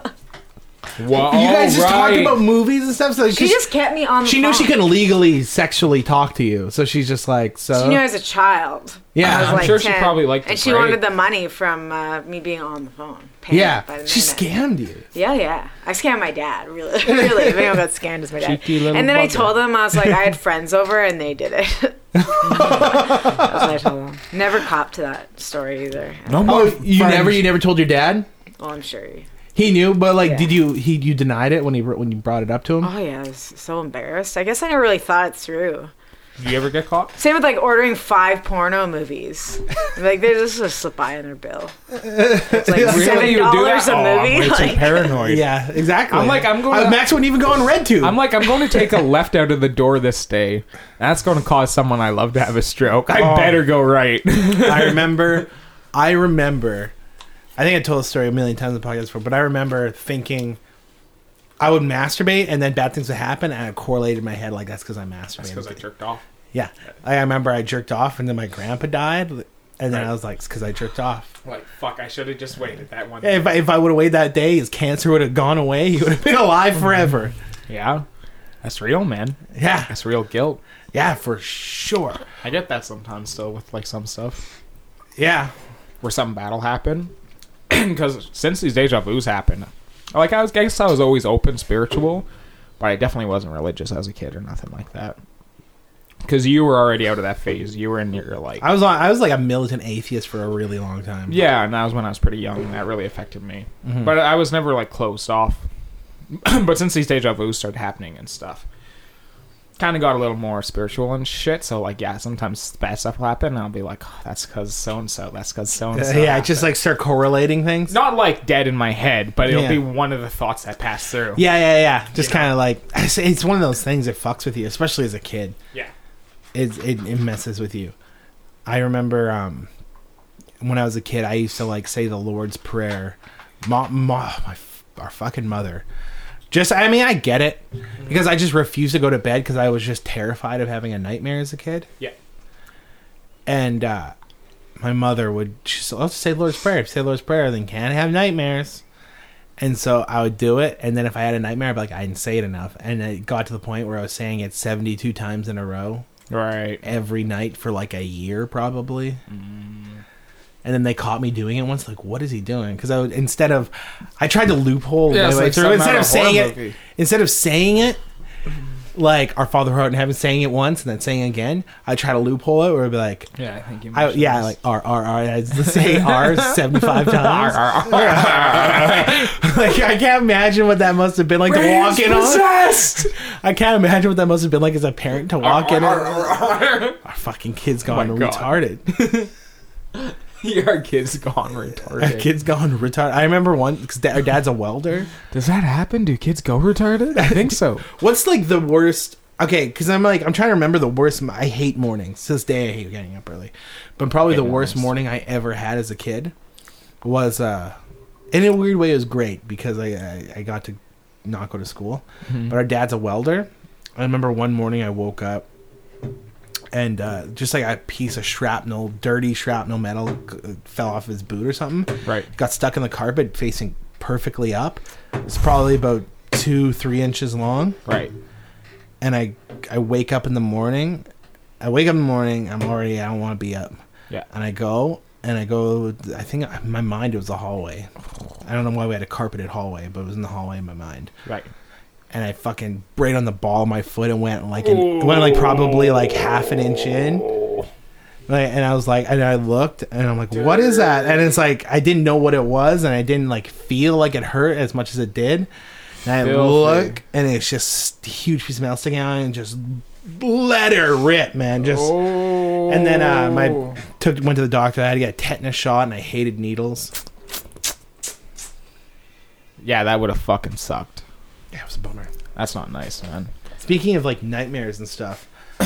[SPEAKER 5] Wow,
[SPEAKER 1] you guys just talked
[SPEAKER 5] right.
[SPEAKER 1] about movies and stuff. So
[SPEAKER 4] she just kept me on the
[SPEAKER 1] she
[SPEAKER 4] phone.
[SPEAKER 1] knew she couldn't legally sexually talk to you, so she's just like, so
[SPEAKER 4] She knew I was a child.
[SPEAKER 1] Yeah,
[SPEAKER 4] I was
[SPEAKER 1] I'm
[SPEAKER 5] sure she probably liked
[SPEAKER 4] And
[SPEAKER 5] the
[SPEAKER 4] she
[SPEAKER 5] break.
[SPEAKER 4] wanted the money from uh, me being on the phone. paying
[SPEAKER 1] yeah,
[SPEAKER 4] by the
[SPEAKER 1] she
[SPEAKER 4] minute.
[SPEAKER 1] scammed you.
[SPEAKER 4] Yeah, yeah. I scammed my dad. Really, really. If anyone got scammed, it's my dad.
[SPEAKER 5] Cheeky little
[SPEAKER 4] and then I
[SPEAKER 5] bugger.
[SPEAKER 4] told them I was like, I had friends over, and they did it. That's what I told them. Never copped to that story either.
[SPEAKER 5] No more.
[SPEAKER 1] Oh, you
[SPEAKER 5] friends.
[SPEAKER 1] never, you never told your dad.
[SPEAKER 4] Oh, I'm sure. you-
[SPEAKER 1] He knew, but like,
[SPEAKER 4] Yeah.
[SPEAKER 1] did you? He you denied it when he when you brought it up to him.
[SPEAKER 4] Oh yeah, I was so embarrassed. I guess I never really thought it through.
[SPEAKER 5] Did you ever get caught?
[SPEAKER 4] Same with like ordering five porno movies. Like they just just slip by on their bill. It's like
[SPEAKER 1] Really?
[SPEAKER 4] seven
[SPEAKER 5] You would do that?
[SPEAKER 4] dollars a
[SPEAKER 5] Oh, I'm
[SPEAKER 4] movie.
[SPEAKER 5] way too
[SPEAKER 4] like-
[SPEAKER 5] paranoid.
[SPEAKER 1] Yeah, exactly.
[SPEAKER 5] I'm like, I'm going
[SPEAKER 1] Uh,
[SPEAKER 5] to-
[SPEAKER 1] Max wouldn't even go on RedTube.
[SPEAKER 5] I'm like, I'm going to take a left out of the door this day. That's going to cause someone I love to have a stroke. I
[SPEAKER 1] Oh.
[SPEAKER 5] better go right.
[SPEAKER 1] I remember, I remember, I think I told the story a million times in the podcast before, but I remember thinking I would masturbate and then bad things would happen, and it correlated in my head like that's because I masturbated.
[SPEAKER 5] jerked off.
[SPEAKER 1] yeah, I remember I jerked off, and then my grandpa died, and then
[SPEAKER 5] Right.
[SPEAKER 1] I was like, it's because I jerked off.
[SPEAKER 5] Like, fuck, I should have just waited that one.
[SPEAKER 1] If I, if I would have waited that day, his cancer would have gone away. He would have been alive forever.
[SPEAKER 5] Yeah. That's real, man.
[SPEAKER 1] Yeah,
[SPEAKER 5] That's real guilt.
[SPEAKER 1] yeah, for sure.
[SPEAKER 5] I get that sometimes still with like some stuff
[SPEAKER 1] Yeah,
[SPEAKER 5] where some battle happened. Because since these deja vu's happened, like I was, I guess I was always open spiritual, but I definitely wasn't religious as a kid or nothing like that. Because you were already out of that phase. You were in your like
[SPEAKER 1] I was on, I was like a militant atheist for a really long time.
[SPEAKER 5] Yeah, and that was when I was pretty young, and that really affected me.
[SPEAKER 1] Mm-hmm.
[SPEAKER 5] But I was never like closed off. but since these deja vu's started happening and stuff, kind of got a little more spiritual and shit. So like, yeah, sometimes bad stuff will happen, and I'll be like, oh, that's because so and so, that's because so and
[SPEAKER 1] Uh,
[SPEAKER 5] so.
[SPEAKER 1] yeah, just like start correlating things.
[SPEAKER 5] not like dead in my head, but it'll
[SPEAKER 1] Yeah.
[SPEAKER 5] be one of the thoughts that pass through.
[SPEAKER 1] Yeah, yeah, yeah. Just kind of like it's, it's one of those things that fucks with you, especially as a kid.
[SPEAKER 5] yeah.
[SPEAKER 1] It it, it messes with you. I remember um, when I was a kid, I used to like say the Lord's Prayer. Ma, ma, my f- our fucking mother. Just I mean I get it because I just refused to go to bed because I was just terrified of having a nightmare as a kid.
[SPEAKER 5] Yeah.
[SPEAKER 1] and uh, my mother would she's like, let's say the Lord's prayer. If you say the Lord's prayer, then can't have nightmares. And so I would do it, and then if I had a nightmare, I'd be like, I didn't say it enough, and it got to the point where I was saying it seventy-two times in a row
[SPEAKER 5] Right.
[SPEAKER 1] every night for like a year probably.
[SPEAKER 5] Mm.
[SPEAKER 1] And then they caught me doing it once. Like, what is he doing? Because I would, instead of, I tried to loophole
[SPEAKER 5] Yeah,
[SPEAKER 1] my
[SPEAKER 5] it's
[SPEAKER 1] way
[SPEAKER 5] like
[SPEAKER 1] through.
[SPEAKER 5] something
[SPEAKER 1] Instead of
[SPEAKER 5] out of a horror
[SPEAKER 1] saying it,
[SPEAKER 5] movie. Mm-hmm.
[SPEAKER 1] instead of saying it, like our Father who art in heaven, saying it once and then saying it again. I try to loophole it where I'd be like,
[SPEAKER 5] Yeah, I think you.
[SPEAKER 1] I, yeah, like R R R. I just say R seventy five times. Like, I can't imagine what that must have been like to walk in on. I can't imagine what that must have been like as a parent to walk in on. Our fucking kid's gone
[SPEAKER 5] Oh my God.
[SPEAKER 1] retarded.
[SPEAKER 5] Your kid's gone
[SPEAKER 1] Our
[SPEAKER 5] retarded.
[SPEAKER 1] kid's gone retarded. I remember one because da- our dad's a welder.
[SPEAKER 5] Does that happen? Do kids go retarded? I think so.
[SPEAKER 1] What's like the worst? Okay, because I'm like I'm trying to remember the worst. I hate mornings. To this day, I hate getting up early. But probably
[SPEAKER 5] Hate
[SPEAKER 1] the worst
[SPEAKER 5] mornings.
[SPEAKER 1] morning I ever had as a kid was, uh, in a weird way, it was great because I I, I got to not go to school.
[SPEAKER 5] Mm-hmm.
[SPEAKER 1] But our dad's a welder. I remember one morning I woke up and uh, just like a piece of shrapnel, dirty shrapnel metal, uh, fell off his boot or something.
[SPEAKER 5] Right.
[SPEAKER 1] got stuck in the carpet facing perfectly up. It's probably about two, three inches long.
[SPEAKER 5] Right.
[SPEAKER 1] And I, I wake up in the morning. I wake up in the morning. I'm already. I don't want to be up.
[SPEAKER 5] Yeah.
[SPEAKER 1] And I go and I go. I think in my mind it was the hallway. I don't know why we had a carpeted hallway, but it was in the hallway in my mind.
[SPEAKER 5] Right.
[SPEAKER 1] And I fucking right on the ball of my foot and went like an, it went like probably like half an inch in. Like, and I was like, and I looked, and I'm like, what is that? And it's like I didn't know what it was, and I didn't like feel like it hurt as much as it did. And I
[SPEAKER 5] Filthy.
[SPEAKER 1] look, and it's just a huge piece of metal sticking out, and just let her rip, man. Just
[SPEAKER 5] Oh.
[SPEAKER 1] and then uh, my took went to the doctor. I had to get a tetanus shot, and I hated needles.
[SPEAKER 5] Yeah, that would have fucking sucked.
[SPEAKER 1] Yeah, it was a bummer.
[SPEAKER 5] That's not nice, man.
[SPEAKER 1] Speaking of like nightmares and stuff,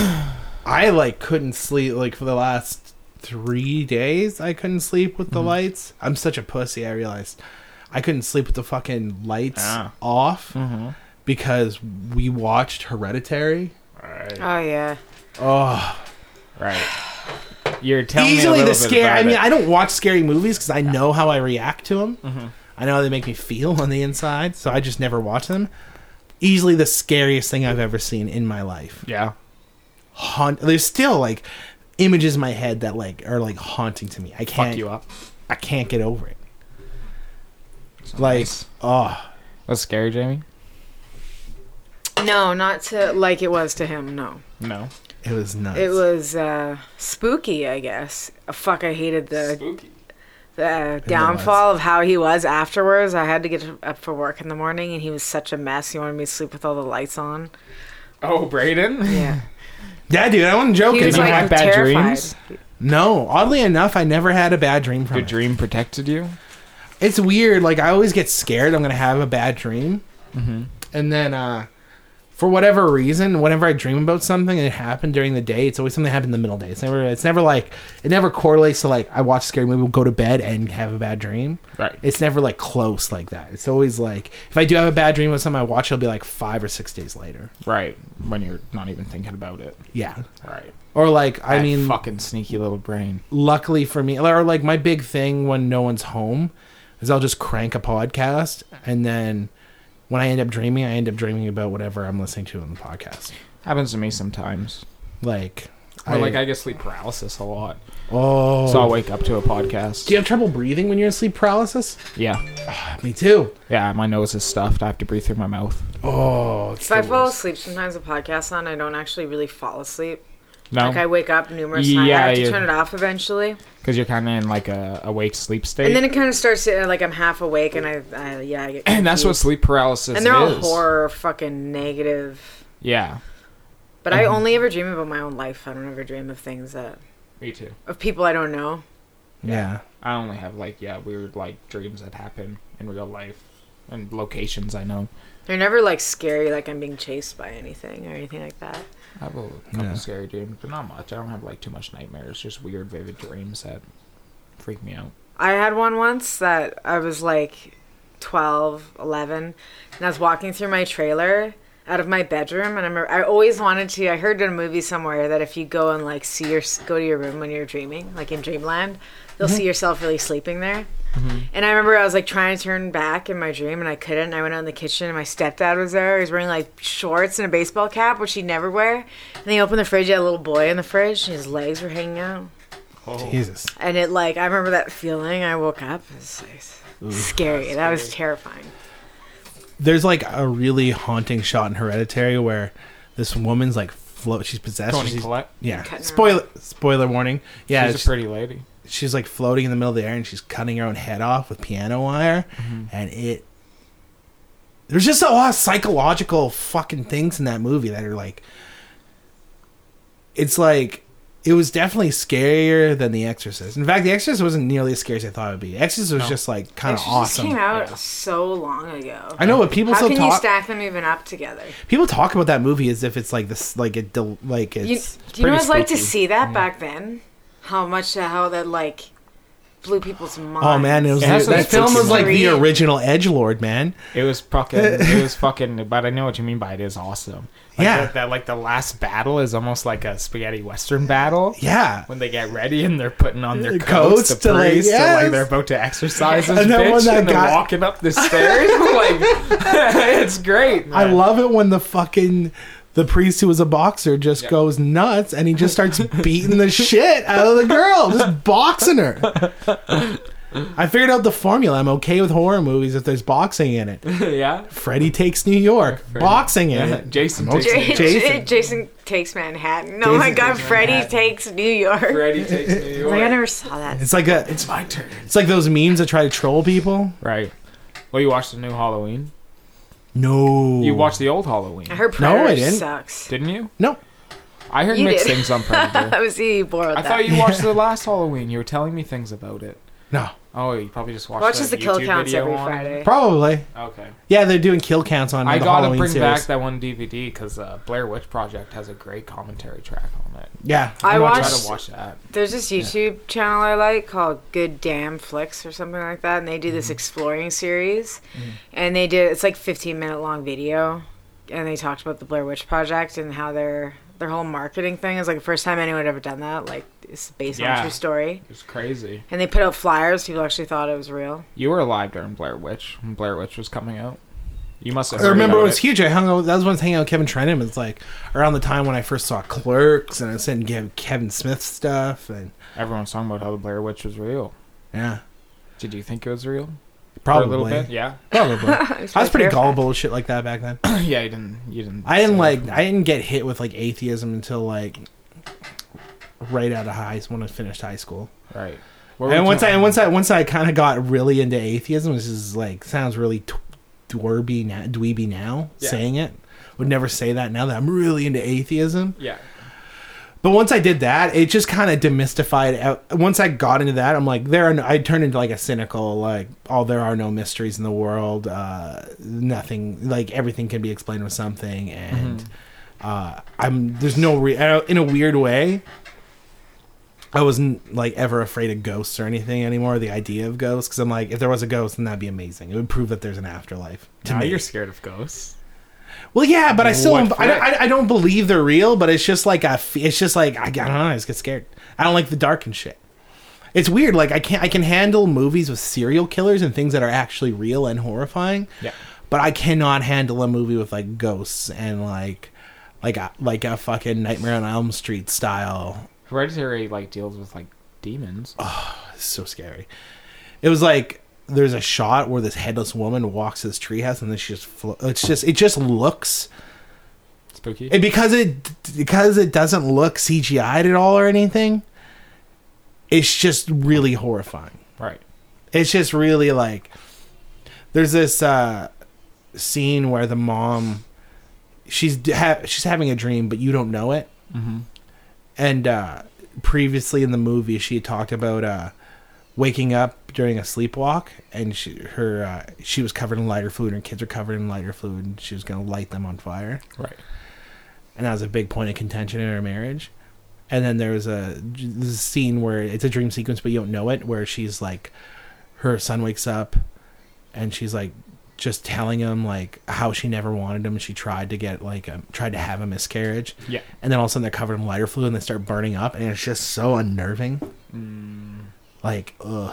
[SPEAKER 1] I like couldn't sleep like for the last three days. I couldn't sleep with the
[SPEAKER 5] Mm-hmm.
[SPEAKER 1] lights. I'm such a pussy. I realized I couldn't sleep with the fucking lights
[SPEAKER 5] Ah.
[SPEAKER 1] off
[SPEAKER 5] Mm-hmm.
[SPEAKER 1] because we watched Hereditary.
[SPEAKER 4] Oh yeah.
[SPEAKER 1] Oh,
[SPEAKER 5] Right. You're telling
[SPEAKER 1] easily
[SPEAKER 5] me a
[SPEAKER 1] the
[SPEAKER 5] little bit
[SPEAKER 1] scare.
[SPEAKER 5] about
[SPEAKER 1] I mean,
[SPEAKER 5] it.
[SPEAKER 1] I don't watch scary movies because I know how I react to them.
[SPEAKER 5] Mm-hmm.
[SPEAKER 1] I know how they make me feel on the inside, so I just never watch them. Easily the scariest thing I've ever seen in my life.
[SPEAKER 5] yeah.
[SPEAKER 1] haunt. There's still like images in my head that like are like haunting to me. I can't.
[SPEAKER 5] Fuck you up.
[SPEAKER 1] I can't get over it. Like oh,
[SPEAKER 5] That's scary, Jamie.
[SPEAKER 4] No, not to like it was to him. No,
[SPEAKER 5] No.
[SPEAKER 1] it was nuts.
[SPEAKER 4] it was uh, spooky. I guess. Uh, fuck, I hated the
[SPEAKER 2] Spooky.
[SPEAKER 4] the downfall of how he was afterwards. I had to get up for work in the morning, and he was such a mess. He wanted me to sleep with all the lights on.
[SPEAKER 5] Oh, Brayden.
[SPEAKER 4] Yeah,
[SPEAKER 1] yeah, dude. I wasn't joking.
[SPEAKER 4] he was
[SPEAKER 5] you
[SPEAKER 4] like
[SPEAKER 5] have bad
[SPEAKER 4] terrified.
[SPEAKER 5] dreams?
[SPEAKER 1] no, oddly enough, I never had a bad dream from
[SPEAKER 5] Your
[SPEAKER 1] it.
[SPEAKER 5] dream protected you.
[SPEAKER 1] It's weird. Like I always get scared I'm gonna have a bad dream, and then uh, for whatever reason, whenever I dream about something and it happened during the day, it's always something that happened in the middle of the day. It's never. It's never like it never correlates to like I watch a scary movie, we'll go to bed and have a bad dream.
[SPEAKER 5] Right.
[SPEAKER 1] It's never like close like that. It's always like if I do have a bad dream about something I watch, it'll be like five or six days later.
[SPEAKER 5] Right. When you're not even thinking about it.
[SPEAKER 1] Yeah.
[SPEAKER 5] Right.
[SPEAKER 1] Or like I
[SPEAKER 5] That
[SPEAKER 1] mean,
[SPEAKER 5] fucking sneaky little brain.
[SPEAKER 1] luckily for me, or like my big thing when no one's home is I'll just crank a podcast, and then when I end up dreaming, I end up dreaming about whatever I'm listening to on the podcast.
[SPEAKER 5] Happens to me sometimes.
[SPEAKER 1] Like,
[SPEAKER 5] Or like I get sleep paralysis a lot.
[SPEAKER 1] oh,
[SPEAKER 5] So I'll wake up to a podcast.
[SPEAKER 1] do you have trouble breathing when you're in sleep paralysis?
[SPEAKER 5] Yeah.
[SPEAKER 1] Me too.
[SPEAKER 5] Yeah, my nose is stuffed. I have to breathe through my mouth.
[SPEAKER 1] Oh,
[SPEAKER 4] If I fall asleep, sometimes the podcast on, I don't actually really fall asleep.
[SPEAKER 5] No,
[SPEAKER 4] Like I
[SPEAKER 5] because
[SPEAKER 4] wake up numerous times. I
[SPEAKER 5] Yeah,
[SPEAKER 4] have to
[SPEAKER 5] yeah.
[SPEAKER 4] turn it off eventually,
[SPEAKER 5] you're kind of in like a awake sleep state.
[SPEAKER 4] and then it kind of starts to like I'm half awake, and I, I yeah, I get.
[SPEAKER 5] And that's what
[SPEAKER 4] confused.
[SPEAKER 5] sleep paralysis
[SPEAKER 4] And they're all
[SPEAKER 5] is.
[SPEAKER 4] horror, fucking negative.
[SPEAKER 5] Yeah.
[SPEAKER 4] But
[SPEAKER 5] Mm-hmm.
[SPEAKER 4] I only ever dream about my own life. I don't ever dream of things that
[SPEAKER 5] Me too.
[SPEAKER 4] of people I don't know.
[SPEAKER 1] yeah.
[SPEAKER 5] I only have like yeah weird like dreams that happen in real life and locations I know.
[SPEAKER 4] They're never like scary, like I'm being chased by anything or anything like that.
[SPEAKER 5] I have a couple
[SPEAKER 1] Yeah.
[SPEAKER 5] scary dreams, but not much. I don't have like too much nightmares. Just weird vivid dreams that freak me out.
[SPEAKER 4] I had one once that I was like 12, 11, and I was walking through my trailer out of my bedroom, and I remember I always wanted to. I heard in a movie somewhere that if you go and like see your go to your room when you're dreaming, like in dreamland, you'll see yourself really sleeping there. And I remember I was like trying to turn back in my dream, and I couldn't. And I went out in the kitchen, and my stepdad was there. He was wearing like shorts and a baseball cap, which he'd never wear. And he opened the fridge. He had a little boy in the fridge. And his legs were hanging out.
[SPEAKER 1] Jesus.
[SPEAKER 4] And it like I remember that feeling. I woke up. It was like, scary. That was terrifying.
[SPEAKER 1] There's like a really haunting shot in Hereditary where this woman's like float. She's possessed.
[SPEAKER 5] Tony
[SPEAKER 1] she's-
[SPEAKER 5] Collette.
[SPEAKER 1] Yeah.
[SPEAKER 4] Cutting her
[SPEAKER 1] Spoiler. Spoiler warning. Yeah.
[SPEAKER 5] she's a
[SPEAKER 1] she-
[SPEAKER 5] pretty lady.
[SPEAKER 1] she's like floating in the middle of the air and she's cutting her own head off with piano wire and it there's just a lot of psychological fucking things in that movie that are like it's like it was definitely scarier than The Exorcist. In fact, The Exorcist wasn't nearly as scary as I thought it would be. Exorcist was just like kind of
[SPEAKER 4] Exorcist
[SPEAKER 1] awesome.
[SPEAKER 4] came out so long ago.
[SPEAKER 1] I know, but people
[SPEAKER 4] How
[SPEAKER 1] still
[SPEAKER 4] can you
[SPEAKER 1] talk.
[SPEAKER 4] stack them even up together?
[SPEAKER 1] people talk about that movie as if it's like this, like it, del- like
[SPEAKER 4] You,
[SPEAKER 1] it's.
[SPEAKER 4] do you know what it's like to
[SPEAKER 5] spooky.
[SPEAKER 4] see that back then? How much the how that like blew people's minds.
[SPEAKER 1] oh man, it was
[SPEAKER 5] It has
[SPEAKER 1] that
[SPEAKER 5] some
[SPEAKER 1] film was like the
[SPEAKER 4] Three.
[SPEAKER 1] original Edge Lord, man.
[SPEAKER 5] It was fucking. it was fucking. But I know what you mean by it is awesome. Like
[SPEAKER 1] Yeah.
[SPEAKER 5] That, that like the last battle is almost like a spaghetti western battle.
[SPEAKER 1] Yeah,
[SPEAKER 5] When they get ready and they're putting on their
[SPEAKER 1] Their
[SPEAKER 5] coats,
[SPEAKER 1] coats
[SPEAKER 5] the
[SPEAKER 1] to, like,
[SPEAKER 5] priests, to,
[SPEAKER 1] yes.
[SPEAKER 5] like they're about to exercise this
[SPEAKER 1] And then when
[SPEAKER 5] bitch,
[SPEAKER 1] that
[SPEAKER 5] and they're
[SPEAKER 1] guy-
[SPEAKER 5] walking up the stairs. like it's great.
[SPEAKER 1] I
[SPEAKER 5] man.
[SPEAKER 1] love it when the fucking the priest who was a boxer just goes nuts and he just starts beating the shit out of the girl, just boxing her. I figured out the formula. I'm okay with horror movies if there's boxing in it.
[SPEAKER 5] yeah.
[SPEAKER 1] Freddy takes New York, boxing in it.
[SPEAKER 5] Jason
[SPEAKER 1] I'm okay.
[SPEAKER 5] takes
[SPEAKER 4] Jason.
[SPEAKER 1] Jason.
[SPEAKER 4] Jason. takes Manhattan. Oh my
[SPEAKER 1] Jason
[SPEAKER 4] God,
[SPEAKER 1] takes
[SPEAKER 4] Freddy
[SPEAKER 1] Manhattan.
[SPEAKER 4] takes New York.
[SPEAKER 5] Freddy takes New
[SPEAKER 4] Like,
[SPEAKER 5] York.
[SPEAKER 4] I never saw that.
[SPEAKER 1] It's like a it's
[SPEAKER 5] my turn.
[SPEAKER 1] it's like those memes that try to troll people.
[SPEAKER 5] Right. Well, you watched the new Halloween.
[SPEAKER 1] No,
[SPEAKER 5] You watched the old Halloween,
[SPEAKER 4] I heard
[SPEAKER 1] No, I
[SPEAKER 4] Predator
[SPEAKER 1] didn't.
[SPEAKER 4] sucks.
[SPEAKER 5] didn't you?
[SPEAKER 1] no.
[SPEAKER 5] I heard
[SPEAKER 4] You
[SPEAKER 5] mixed
[SPEAKER 4] did.
[SPEAKER 5] things on Predator.
[SPEAKER 4] I was you bored with
[SPEAKER 5] I
[SPEAKER 4] that.
[SPEAKER 5] thought you watched the last Halloween. You were telling me things about it.
[SPEAKER 1] No,
[SPEAKER 5] Oh, you probably just watched.
[SPEAKER 4] watches the
[SPEAKER 5] that
[SPEAKER 4] kill
[SPEAKER 5] YouTube
[SPEAKER 4] counts
[SPEAKER 5] video
[SPEAKER 4] every
[SPEAKER 5] on-
[SPEAKER 4] Friday.
[SPEAKER 1] probably.
[SPEAKER 5] Okay.
[SPEAKER 1] Yeah, they're doing kill counts on.
[SPEAKER 5] I
[SPEAKER 1] the
[SPEAKER 5] gotta
[SPEAKER 1] Halloween
[SPEAKER 5] bring
[SPEAKER 1] series.
[SPEAKER 5] back that one DVD because uh, Blair Witch Project has a great commentary track on it.
[SPEAKER 1] Yeah,
[SPEAKER 4] I
[SPEAKER 5] I'm gonna
[SPEAKER 4] watched.
[SPEAKER 5] Try to watch that.
[SPEAKER 4] There's this YouTube channel I like called Good Damn Flicks or something like that, and they do
[SPEAKER 1] Mm-hmm.
[SPEAKER 4] this exploring series, and they did it's like 15 minute long video, and they talked about the Blair Witch Project and how their their whole marketing thing is like the first time anyone had ever done that. Like it's based on
[SPEAKER 5] Yeah.
[SPEAKER 4] a true story,
[SPEAKER 5] It's crazy.
[SPEAKER 4] and they put out flyers. People actually thought it was real.
[SPEAKER 5] You were alive during Blair Witch when Blair Witch was coming out. You must have.
[SPEAKER 1] I
[SPEAKER 5] heard
[SPEAKER 1] remember it
[SPEAKER 5] about
[SPEAKER 1] was huge. I hung out. That was when I was hanging out with Kevin Trenum. It's like around the time when I first saw Clerks, and I was sending Kev- Kevin Smith stuff, and
[SPEAKER 5] Everyone's talking about how the Blair Witch was real.
[SPEAKER 1] yeah,
[SPEAKER 5] Did you think it was real?
[SPEAKER 1] probably,
[SPEAKER 5] For a little bit. Yeah.
[SPEAKER 1] probably. I
[SPEAKER 4] It's
[SPEAKER 1] was pretty
[SPEAKER 4] terrifying.
[SPEAKER 1] gullible to shit like that back then.
[SPEAKER 5] yeah. You didn't. You didn't.
[SPEAKER 1] I didn't
[SPEAKER 5] say
[SPEAKER 1] like.
[SPEAKER 5] anything.
[SPEAKER 1] I didn't get hit with like atheism until like right out of high when I finished high school.
[SPEAKER 5] Right. What were
[SPEAKER 1] And
[SPEAKER 5] we
[SPEAKER 1] once I
[SPEAKER 5] talking-
[SPEAKER 1] and once I once I kind of got really into atheism, which is like sounds really tw- dwarby now, dweeby now
[SPEAKER 5] Yeah.
[SPEAKER 1] saying it. Would never say that now that I'm really into atheism.
[SPEAKER 5] Yeah.
[SPEAKER 1] But once I did that, it just kind of demystified. out- Once I got into that, I'm like, there are. No, I turned into like a cynical, like, oh, there are no mysteries in the world. Uh, nothing, like everything can be explained with something, and
[SPEAKER 5] Mm-hmm.
[SPEAKER 1] uh, I'm there's no re- I don't- in a weird way. I wasn't like ever afraid of ghosts or anything anymore. The idea of ghosts, because I'm like, if there was a ghost, then that'd be amazing. It would prove that there's an afterlife. To
[SPEAKER 5] Now
[SPEAKER 1] me,
[SPEAKER 5] you're scared of ghosts.
[SPEAKER 1] well, yeah, but I still
[SPEAKER 5] What
[SPEAKER 1] don't, I, don't-
[SPEAKER 5] for?
[SPEAKER 1] I, I don't believe they're real, but it's just like a f- it's just like I, I don't know, I just get scared. I don't like the dark and shit. It's weird. Like I can't I can handle movies with serial killers and things that are actually real and horrifying.
[SPEAKER 5] Yeah.
[SPEAKER 1] But I cannot handle a movie with like ghosts and like like a like a fucking Nightmare on Elm Street style.
[SPEAKER 5] Hereditary like deals with like demons.
[SPEAKER 1] Ah. It's so scary. It was like there's a shot where this headless woman walks to this treehouse and then she just flo- it's just it just looks
[SPEAKER 5] Spooky.
[SPEAKER 1] And because it because it doesn't look CGI'd at all or anything, it's just really horrifying.
[SPEAKER 5] right.
[SPEAKER 1] It's just really like there's this uh, scene where the mom she's d- ha- she's having a dream, but you don't know it. And uh, previously in the movie, she talked about uh, waking up during a sleepwalk, and she her uh, she was covered in lighter fluid, and her kids were covered in lighter fluid, and she was gonna light them on fire
[SPEAKER 5] Right.
[SPEAKER 1] and that was a big point of contention in her marriage. And then there was a this is a scene where it's a dream sequence, but you don't know it, where she's like, her son wakes up, and she's like, just telling him like how she never wanted him. She tried to get like a, tried to have a miscarriage.
[SPEAKER 5] Yeah.
[SPEAKER 1] And then all of a sudden they're covered in lighter fluid and they start burning up, and it's just so unnerving. Like, ugh.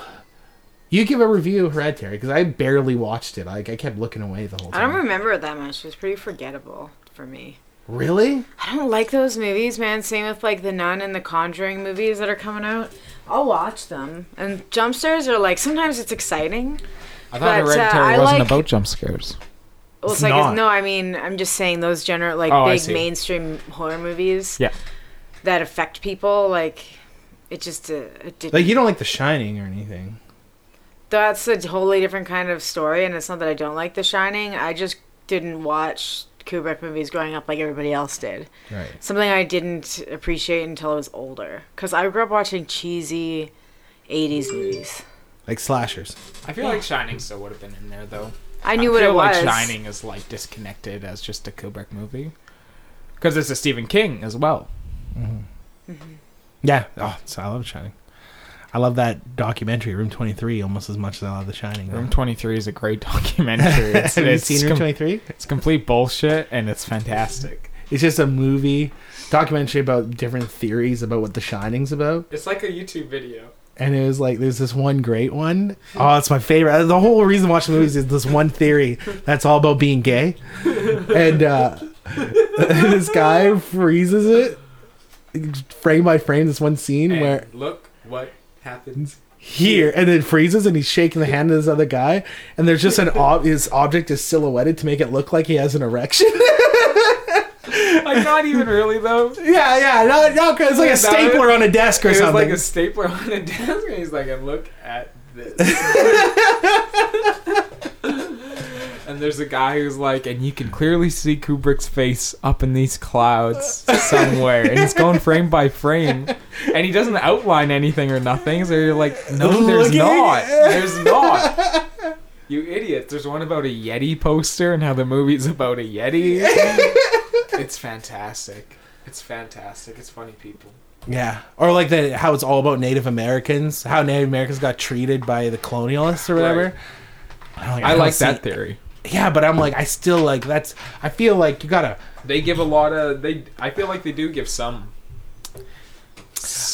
[SPEAKER 1] You give a review of Hereditary because I barely watched it. Like I kept looking away the whole
[SPEAKER 4] I
[SPEAKER 1] time.
[SPEAKER 4] don't remember it that much. It was pretty forgettable for me.
[SPEAKER 1] really?
[SPEAKER 4] I don't like those movies, man. Same with like The Nun and The Conjuring movies that are coming out. I'll watch them. And jump scares are like sometimes it's exciting.
[SPEAKER 5] I
[SPEAKER 4] But,
[SPEAKER 5] thought
[SPEAKER 4] uh,
[SPEAKER 5] Hereditary
[SPEAKER 4] I
[SPEAKER 5] wasn't
[SPEAKER 4] like-
[SPEAKER 5] about jump scares.
[SPEAKER 4] Well,
[SPEAKER 1] It's
[SPEAKER 4] it's, like
[SPEAKER 1] not.
[SPEAKER 4] no, I mean I'm just saying those general like
[SPEAKER 5] Oh, I
[SPEAKER 4] big
[SPEAKER 5] see.
[SPEAKER 4] mainstream horror movies
[SPEAKER 5] Yeah.
[SPEAKER 4] that affect people like it just uh, it did
[SPEAKER 1] Like you don't like The Shining or anything.
[SPEAKER 4] that's a totally different kind of story and it's not that I don't like The Shining. I just didn't watch Kubrick movies growing up like everybody else did.
[SPEAKER 1] Right.
[SPEAKER 4] something I didn't appreciate until I was older. Because I grew up watching cheesy 80s movies.
[SPEAKER 1] Like slashers.
[SPEAKER 5] I feel like Shining still would have been in there though.
[SPEAKER 4] I knew what
[SPEAKER 5] feel
[SPEAKER 4] it was.
[SPEAKER 5] Like Shining is like disconnected as just a Kubrick movie because it's a Stephen King as well.
[SPEAKER 1] Yeah.
[SPEAKER 5] Ah,
[SPEAKER 1] Oh, so I love The Shining. I love that documentary, Room Twenty Three, almost as much as I love The Shining.
[SPEAKER 5] Room Twenty Three is a great documentary. It's,
[SPEAKER 1] Have you
[SPEAKER 5] it's,
[SPEAKER 1] seen Room
[SPEAKER 5] com-
[SPEAKER 1] Twenty Three?
[SPEAKER 5] it's complete bullshit and it's fantastic.
[SPEAKER 1] It's just a movie documentary about different theories about what The Shining's about.
[SPEAKER 5] It's like a YouTube video.
[SPEAKER 1] And it was like, there's this one great one. Oh, it's my favorite. The whole reason I watch movies is this one theory that's all about being gay. And uh, this guy freezes it frame by frame, this one scene where
[SPEAKER 2] look what happens.
[SPEAKER 1] here and then freezes and he's shaking the hand of this other guy. And there's just an ob- his object is silhouetted to make it look like he has an erection.
[SPEAKER 5] Like not even really though. It
[SPEAKER 1] yeah, yeah. No, no, 'cause it's like a
[SPEAKER 5] Is that it?
[SPEAKER 1] stapler on a desk or
[SPEAKER 5] was
[SPEAKER 1] something.
[SPEAKER 5] like a stapler on a desk and he's like, and look at this. And there's a guy who's like, and you can clearly see Kubrick's face up in these clouds somewhere, and he's going frame by frame, and he doesn't outline anything or nothing. So you're like, no, there's
[SPEAKER 1] Looking.
[SPEAKER 5] not, there's not. You idiot! There's one about a yeti poster and how the movie's about a yeti. it's fantastic. It's fantastic. It's funny, people.
[SPEAKER 1] Yeah, or like the how it's all about Native Americans, how Native Americans got treated by the colonialists or whatever. I'm I
[SPEAKER 5] I
[SPEAKER 1] don't
[SPEAKER 5] like
[SPEAKER 1] see-
[SPEAKER 5] that theory.
[SPEAKER 1] Yeah, but I'm like, I still like that's. I feel like you gotta.
[SPEAKER 5] They give a lot of they. I feel like they do give some.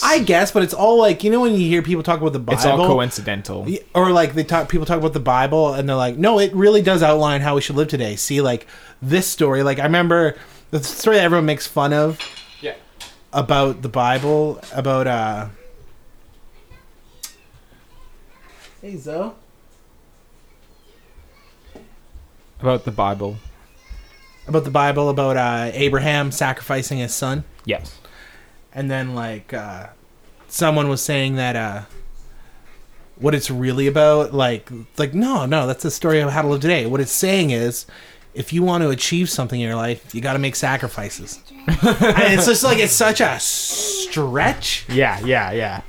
[SPEAKER 1] I guess, but it's all like you know when you hear people talk about the Bible,
[SPEAKER 5] It's all coincidental.
[SPEAKER 1] Yeah, or like they talk people talk about the bible and they're like no it really does outline how we should live today see like this story like i remember the story that everyone makes fun of
[SPEAKER 5] Yeah.
[SPEAKER 1] about the bible about uh hey zoe
[SPEAKER 5] About the Bible.
[SPEAKER 1] about the bible about uh abraham sacrificing his son
[SPEAKER 5] Yes.
[SPEAKER 1] and then like uh, someone was saying that uh, what it's really about like like no no that's the story of how to live today what it's saying is if you want to achieve something in your life you got to make sacrifices and it's just like it's such a stretch
[SPEAKER 5] Yeah, yeah, yeah.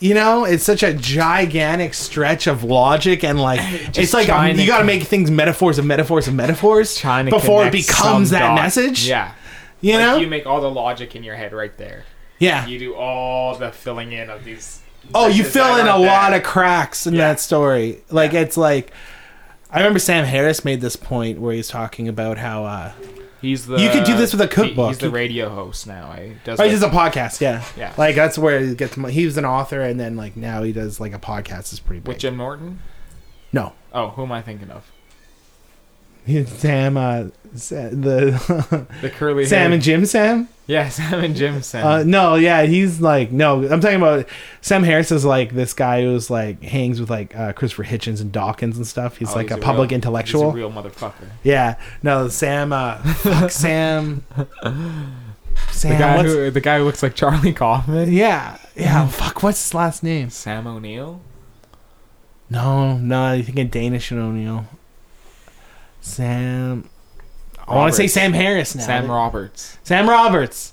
[SPEAKER 1] you know it's such a gigantic stretch of logic and like it's like um,
[SPEAKER 5] trying to
[SPEAKER 1] you got to
[SPEAKER 5] con-
[SPEAKER 1] make things metaphors and metaphors and metaphors
[SPEAKER 5] Trying to
[SPEAKER 1] before it
[SPEAKER 5] connect
[SPEAKER 1] becomes
[SPEAKER 5] some
[SPEAKER 1] that
[SPEAKER 5] dots.
[SPEAKER 1] message
[SPEAKER 5] Yeah.
[SPEAKER 1] you know
[SPEAKER 5] Like you make all the logic in your head right there.
[SPEAKER 1] yeah
[SPEAKER 5] You do all the filling in of these.
[SPEAKER 1] Oh,
[SPEAKER 5] this
[SPEAKER 1] you
[SPEAKER 5] is
[SPEAKER 1] fill
[SPEAKER 5] that
[SPEAKER 1] in
[SPEAKER 5] or
[SPEAKER 1] a
[SPEAKER 5] that.
[SPEAKER 1] lot of cracks in that story. Like it's like I remember Sam Harris made this point where he's talking about how uh
[SPEAKER 5] He's the.
[SPEAKER 1] You could do this with a cookbook.
[SPEAKER 5] He's the radio host now. Eh? Does
[SPEAKER 1] oh, he
[SPEAKER 5] it-
[SPEAKER 1] does a podcast, yeah.
[SPEAKER 5] Yeah.
[SPEAKER 1] Like that's where he gets mo- he was an author and then like now he does like a podcast is pretty big.
[SPEAKER 5] with Jim Norton.
[SPEAKER 1] no.
[SPEAKER 5] Oh, who am I thinking of?
[SPEAKER 1] He- Sam uh Sa- the
[SPEAKER 5] The curly
[SPEAKER 1] Sam
[SPEAKER 5] hair-
[SPEAKER 1] and Jim Sam?
[SPEAKER 5] yeah, Sam and Jim. Sam. Oh,
[SPEAKER 1] Uh no, yeah, he's like no, I'm talking about Sam Harris is like this guy who's like hangs with like uh Christopher Hitchens and Dawkins and stuff. He's
[SPEAKER 5] Oh,
[SPEAKER 1] like
[SPEAKER 5] he's
[SPEAKER 1] a, public
[SPEAKER 5] real-
[SPEAKER 1] intellectual.
[SPEAKER 5] He's a real motherfucker.
[SPEAKER 1] Yeah. No, Sam. Uh, fuck Sam. Sam.
[SPEAKER 5] The guy,
[SPEAKER 1] what's,
[SPEAKER 5] who, the guy who looks like Charlie Kaufman.
[SPEAKER 1] yeah. Yeah. Fuck. What's his last name?
[SPEAKER 5] Sam O'Neill.
[SPEAKER 1] No. No. You think in Danish and O'Neill. Sam. Oh, I want to say
[SPEAKER 5] Roberts.
[SPEAKER 1] Sam Harris now.
[SPEAKER 5] Sam Roberts.
[SPEAKER 1] Sam Roberts.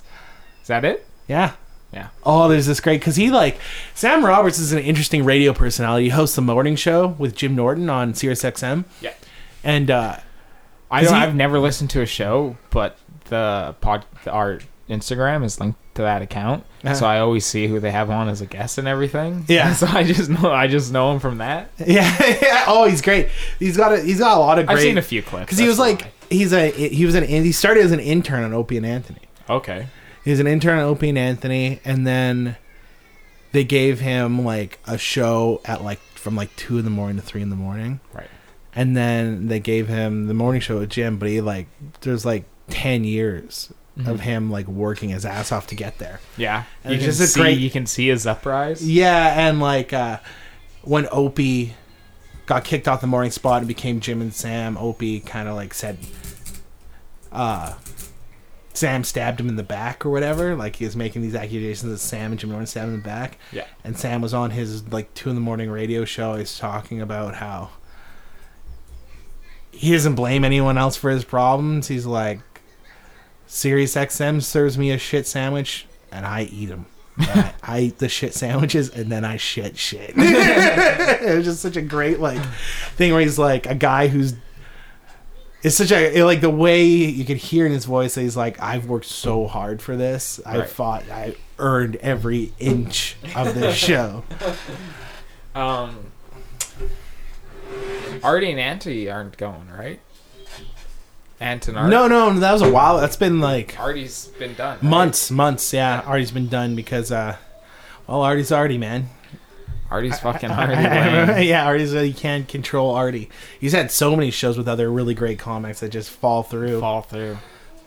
[SPEAKER 5] Is that it?
[SPEAKER 1] Yeah.
[SPEAKER 5] Yeah.
[SPEAKER 1] Oh, there's this great because he like Sam Roberts is an interesting radio personality. He hosts the morning show with Jim Norton on SiriusXM,
[SPEAKER 5] Yeah.
[SPEAKER 1] and uh,
[SPEAKER 5] I
[SPEAKER 1] Is
[SPEAKER 5] don't,
[SPEAKER 1] he-
[SPEAKER 5] I've never listened to a show, but the pod, the, our Instagram is linked to that account,
[SPEAKER 1] Uh-huh.
[SPEAKER 5] so I always see who they have on as a guest and everything.
[SPEAKER 1] Yeah.
[SPEAKER 5] so I just know I just know him from that.
[SPEAKER 1] Yeah, yeah. Oh, he's great. He's got a he's got a lot of great.
[SPEAKER 5] I've seen a few clips
[SPEAKER 1] because he was
[SPEAKER 5] that's
[SPEAKER 1] like
[SPEAKER 5] why.
[SPEAKER 1] he's a he was an he started as an intern on Opie and Anthony.
[SPEAKER 5] okay,
[SPEAKER 1] He was an intern on Opie and Anthony, and then they gave him like a show at like from like two in the morning to three in the morning,
[SPEAKER 5] right,
[SPEAKER 1] and then they gave him the morning show with Jim. But he like there's like ten years
[SPEAKER 5] Mm-hmm.
[SPEAKER 1] of him like working his ass off to get there.
[SPEAKER 5] yeah.
[SPEAKER 1] And
[SPEAKER 5] you
[SPEAKER 1] it's
[SPEAKER 5] can
[SPEAKER 1] just a
[SPEAKER 5] see
[SPEAKER 1] great-
[SPEAKER 5] you can see his uprise.
[SPEAKER 1] Yeah, and like uh, when Opie got kicked off the morning spot and became Jim and Sam, Opie kind of like said, uh, Sam stabbed him in the back or whatever. Like he was making these accusations that Sam and Jim Norton stabbed him in the back.
[SPEAKER 5] Yeah.
[SPEAKER 1] And Sam was on his like two in the morning radio show. He's talking about how he doesn't blame anyone else for his problems. He's like, Sirius XM serves me a shit sandwich and I eat them. I, I eat the shit sandwiches and then I shit shit. it was just such a great like thing where he's like a guy who's it's such a it, like the way you could hear in his voice that he's like I've worked so hard for this. I
[SPEAKER 5] Right.
[SPEAKER 1] fought. I earned every inch of this show.
[SPEAKER 5] Um, Artie and Auntie aren't going right. Ant and Artie.
[SPEAKER 1] no, no, that was a while. That's been like
[SPEAKER 5] Artie's been done. right?
[SPEAKER 1] months, months. Yeah, Artie's been done because uh well, Artie's Artie, man.
[SPEAKER 5] Artie's fucking Artie. Lang.
[SPEAKER 1] yeah, Artie's uh, you can't control Artie. He's had so many shows with other really great comics that just fall through.
[SPEAKER 5] fall through.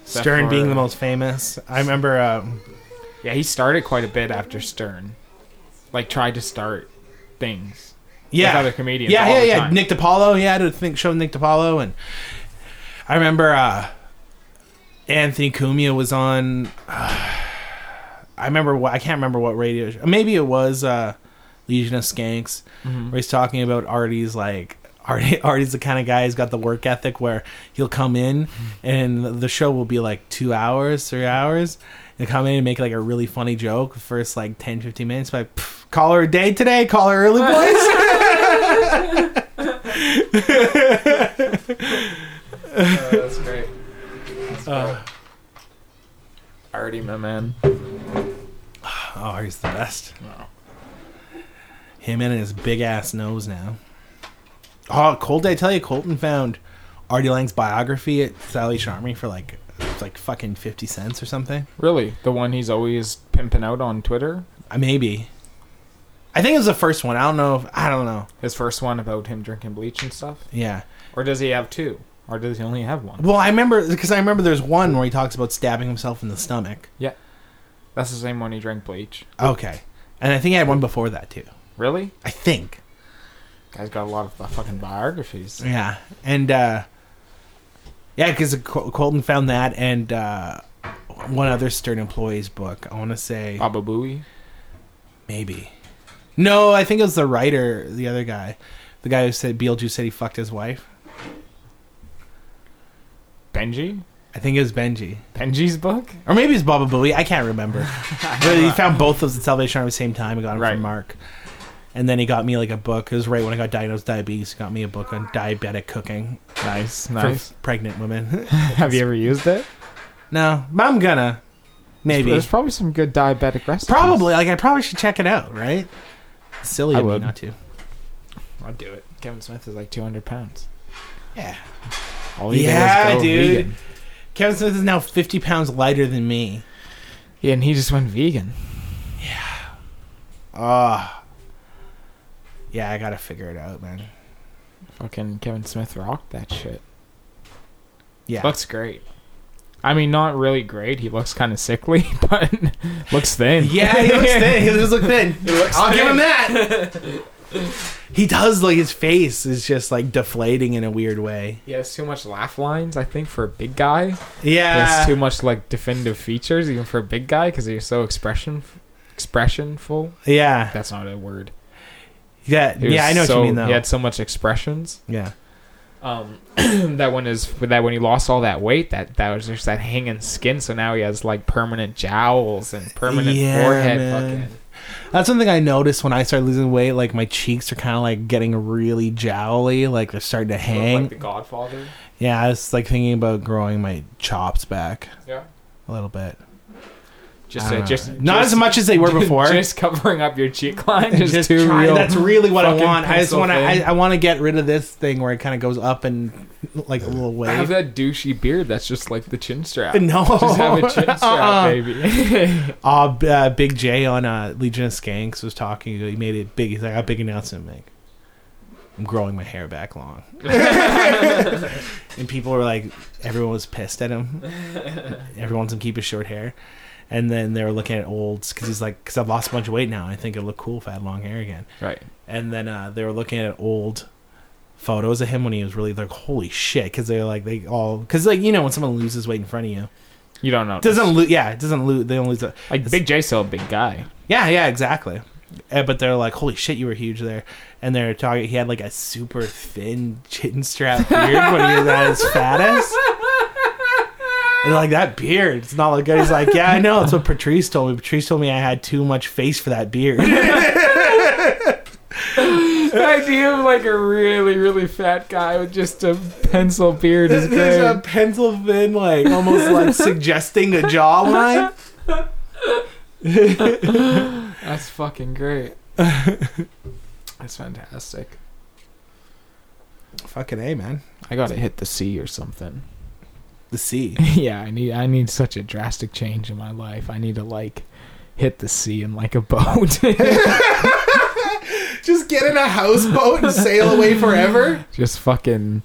[SPEAKER 5] Except
[SPEAKER 1] Stern
[SPEAKER 5] for-
[SPEAKER 1] being the most famous. I remember. Um,
[SPEAKER 5] Yeah, he started quite a bit after Stern. Like tried to start things.
[SPEAKER 1] yeah,
[SPEAKER 5] other comedians
[SPEAKER 1] Yeah,
[SPEAKER 5] all
[SPEAKER 1] yeah,
[SPEAKER 5] the
[SPEAKER 1] yeah.
[SPEAKER 5] time.
[SPEAKER 1] Nick DiPaolo. He had a think show with Nick DiPaolo, and I remember uh, Anthony Cumia was on. uh, I remember what I can't remember what radio. Show. Maybe it was uh, Legion of Skanks,
[SPEAKER 5] Mm-hmm.
[SPEAKER 1] where he's talking about Artie's like. Artie, Artie's the kind of guy who's got the work ethic where he'll come in
[SPEAKER 5] Mm-hmm.
[SPEAKER 1] and the show will be like two hours, three hours. He'll come in and make like a really funny joke the first like 10, 15 minutes. Like, "Pff, call her a day today, call her early, boys.
[SPEAKER 5] Oh, that's great. Uh, Artie, my man.
[SPEAKER 1] Oh, he's the best. Him and his big ass nose now. Oh, Colt, did I tell you, Colton found Artie Lang's biography at Sally Charmy for like like fucking 50 cents or something.
[SPEAKER 5] Really, the one he's always pimping out on Twitter.
[SPEAKER 1] Uh, maybe. I think it was the first one. I don't know if. I don't know.
[SPEAKER 5] His first one about him drinking bleach and stuff.
[SPEAKER 1] Yeah.
[SPEAKER 5] Or does he have two? Or does he only have one?
[SPEAKER 1] Well, I remember. Because I remember there's one where he talks about stabbing himself in the stomach.
[SPEAKER 5] Yeah, that's the same one he drank bleach.
[SPEAKER 1] Okay. And I think I had one before that too.
[SPEAKER 5] Really,
[SPEAKER 1] I think.
[SPEAKER 5] guy's got a lot of fucking biographies.
[SPEAKER 1] Yeah, and uh, yeah, because Col- Colton found that and uh, one other Stern employee's book. I want to say
[SPEAKER 5] Baba Booey.
[SPEAKER 1] maybe. No, I think it was the writer, the other guy, the guy who said Beetlejuice said he fucked his wife.
[SPEAKER 5] Benji.
[SPEAKER 1] I think it was Benji,
[SPEAKER 5] Benji's book.
[SPEAKER 1] or maybe it's Baba Booey. I can't remember. but he found both those at Salvation Army at the same time. He got them
[SPEAKER 5] Right.
[SPEAKER 1] from Mark. And then he got me like a book. It was right when I got diagnosed with diabetes. He got me a book on diabetic cooking
[SPEAKER 5] Nice,
[SPEAKER 1] for
[SPEAKER 5] nice.
[SPEAKER 1] pregnant women.
[SPEAKER 5] have you ever used it?
[SPEAKER 1] no, but I'm gonna maybe.
[SPEAKER 5] There's probably some good diabetic recipes.
[SPEAKER 1] Probably. Like I probably should check it out, right? Silly
[SPEAKER 5] I
[SPEAKER 1] of me
[SPEAKER 5] would.
[SPEAKER 1] not to.
[SPEAKER 5] I'd do it. Kevin Smith is like 200 pounds.
[SPEAKER 1] Yeah.
[SPEAKER 5] All he did was
[SPEAKER 1] Yeah,
[SPEAKER 5] go
[SPEAKER 1] dude.
[SPEAKER 5] vegan.
[SPEAKER 1] Kevin Smith is now fifty pounds lighter than me.
[SPEAKER 5] Yeah, and he just went vegan.
[SPEAKER 1] Ah. yeah, I gotta figure it out, man.
[SPEAKER 5] Fucking Kevin Smith rocked that shit.
[SPEAKER 1] Yeah.
[SPEAKER 5] Looks great. I mean, not really great. He looks kind of sickly, but looks thin.
[SPEAKER 1] Yeah, he looks thin. He does look thin. I'll give him that. he does like his face is just like deflating in a weird way.
[SPEAKER 5] He has too much laugh lines, I think, for a big guy. He
[SPEAKER 1] Yeah.
[SPEAKER 5] has too much like definitive features, even for a big guy, because he's so expression expressionful.
[SPEAKER 1] yeah.
[SPEAKER 5] That's not a word.
[SPEAKER 1] Yeah.
[SPEAKER 5] He was
[SPEAKER 1] Yeah, I know
[SPEAKER 5] so-
[SPEAKER 1] what you mean though.
[SPEAKER 5] He had so much expressions.
[SPEAKER 1] yeah.
[SPEAKER 5] um that one is that when he lost all that weight that that was just that hanging skin so now he has like permanent jowls and permanent
[SPEAKER 1] Yeah,
[SPEAKER 5] forehead
[SPEAKER 1] man.
[SPEAKER 5] fucking
[SPEAKER 1] That's something I noticed when I started losing weight. Like my cheeks are kind of like getting really jowly, like they're starting to
[SPEAKER 5] look
[SPEAKER 1] hang.
[SPEAKER 5] like the godfather
[SPEAKER 1] yeah, I was like thinking about growing my chops back
[SPEAKER 5] yeah
[SPEAKER 1] a little bit.
[SPEAKER 5] Just,
[SPEAKER 1] I don't
[SPEAKER 5] uh,
[SPEAKER 1] know.
[SPEAKER 5] just
[SPEAKER 1] not
[SPEAKER 5] just-
[SPEAKER 1] as much as they were before.
[SPEAKER 5] Just covering up your cheek line. Just,
[SPEAKER 1] Just
[SPEAKER 5] too
[SPEAKER 1] try-
[SPEAKER 5] real.
[SPEAKER 1] that's really what I
[SPEAKER 5] fucking
[SPEAKER 1] want. I just
[SPEAKER 5] pencil
[SPEAKER 1] want to. I,
[SPEAKER 5] thin.
[SPEAKER 1] I want to get rid of this thing where it kind of goes up and like a little
[SPEAKER 5] have
[SPEAKER 1] wave.
[SPEAKER 5] that douchey beard that's just like the chin strap.
[SPEAKER 1] No,
[SPEAKER 5] Just have a chin strap,
[SPEAKER 1] Uh-uh.
[SPEAKER 5] baby.
[SPEAKER 1] Uh, B- uh, Big J on uh, Legion of Skanks was talking. He made it big. He's like, I got a big announcement to make. I'm growing my hair back long. and people were like, everyone was pissed at him. Everyone wants him to keep his short hair. And then they were looking at olds because he's like, because I've lost a bunch of weight now. I think it'd look cool if I had long hair again.
[SPEAKER 5] right.
[SPEAKER 1] And then uh, they were looking at old photos of him when he was really like, holy shit. Because they're like, they all, because like, you know, when someone lose loses weight in front of you,
[SPEAKER 5] You don't know.
[SPEAKER 1] it doesn't lose, yeah, it doesn't lose, they don't lose. it.
[SPEAKER 5] like Big J still a big guy.
[SPEAKER 1] Yeah, yeah, exactly. Uh, but they're like, holy shit, you were huge there. And they're talking. He had like a super thin chin strap beard when he was at his fattest. And they're like that beard, it's not look good. He's like, yeah, I know. That's what Patrice told me. Patrice told me I had too much face for that beard.
[SPEAKER 5] The idea of like a really really fat guy with just a pencil beard is
[SPEAKER 1] There's a
[SPEAKER 5] great.
[SPEAKER 1] pencil thin, like almost like suggesting a jawline.
[SPEAKER 5] That's fucking great. That's fantastic.
[SPEAKER 1] Fucking a man.
[SPEAKER 5] I gotta hit the sea or something.
[SPEAKER 1] The C.
[SPEAKER 5] yeah, I need I need such a drastic change in my life. I need to like hit the sea in like a boat.
[SPEAKER 1] Just get in a houseboat and sail away forever.
[SPEAKER 5] just fucking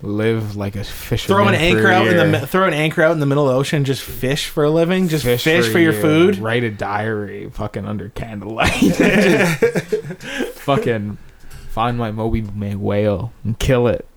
[SPEAKER 5] live like a fisherman.
[SPEAKER 1] throw an
[SPEAKER 5] for
[SPEAKER 1] anchor
[SPEAKER 5] a
[SPEAKER 1] out in the
[SPEAKER 5] year.
[SPEAKER 1] mi- throw an anchor out in the middle of the ocean just fish for a living just fish,
[SPEAKER 5] a
[SPEAKER 1] for, your
[SPEAKER 5] year.
[SPEAKER 1] food
[SPEAKER 5] Write a diary, fucking under candlelight. Just fucking find my Moby May whale and kill it.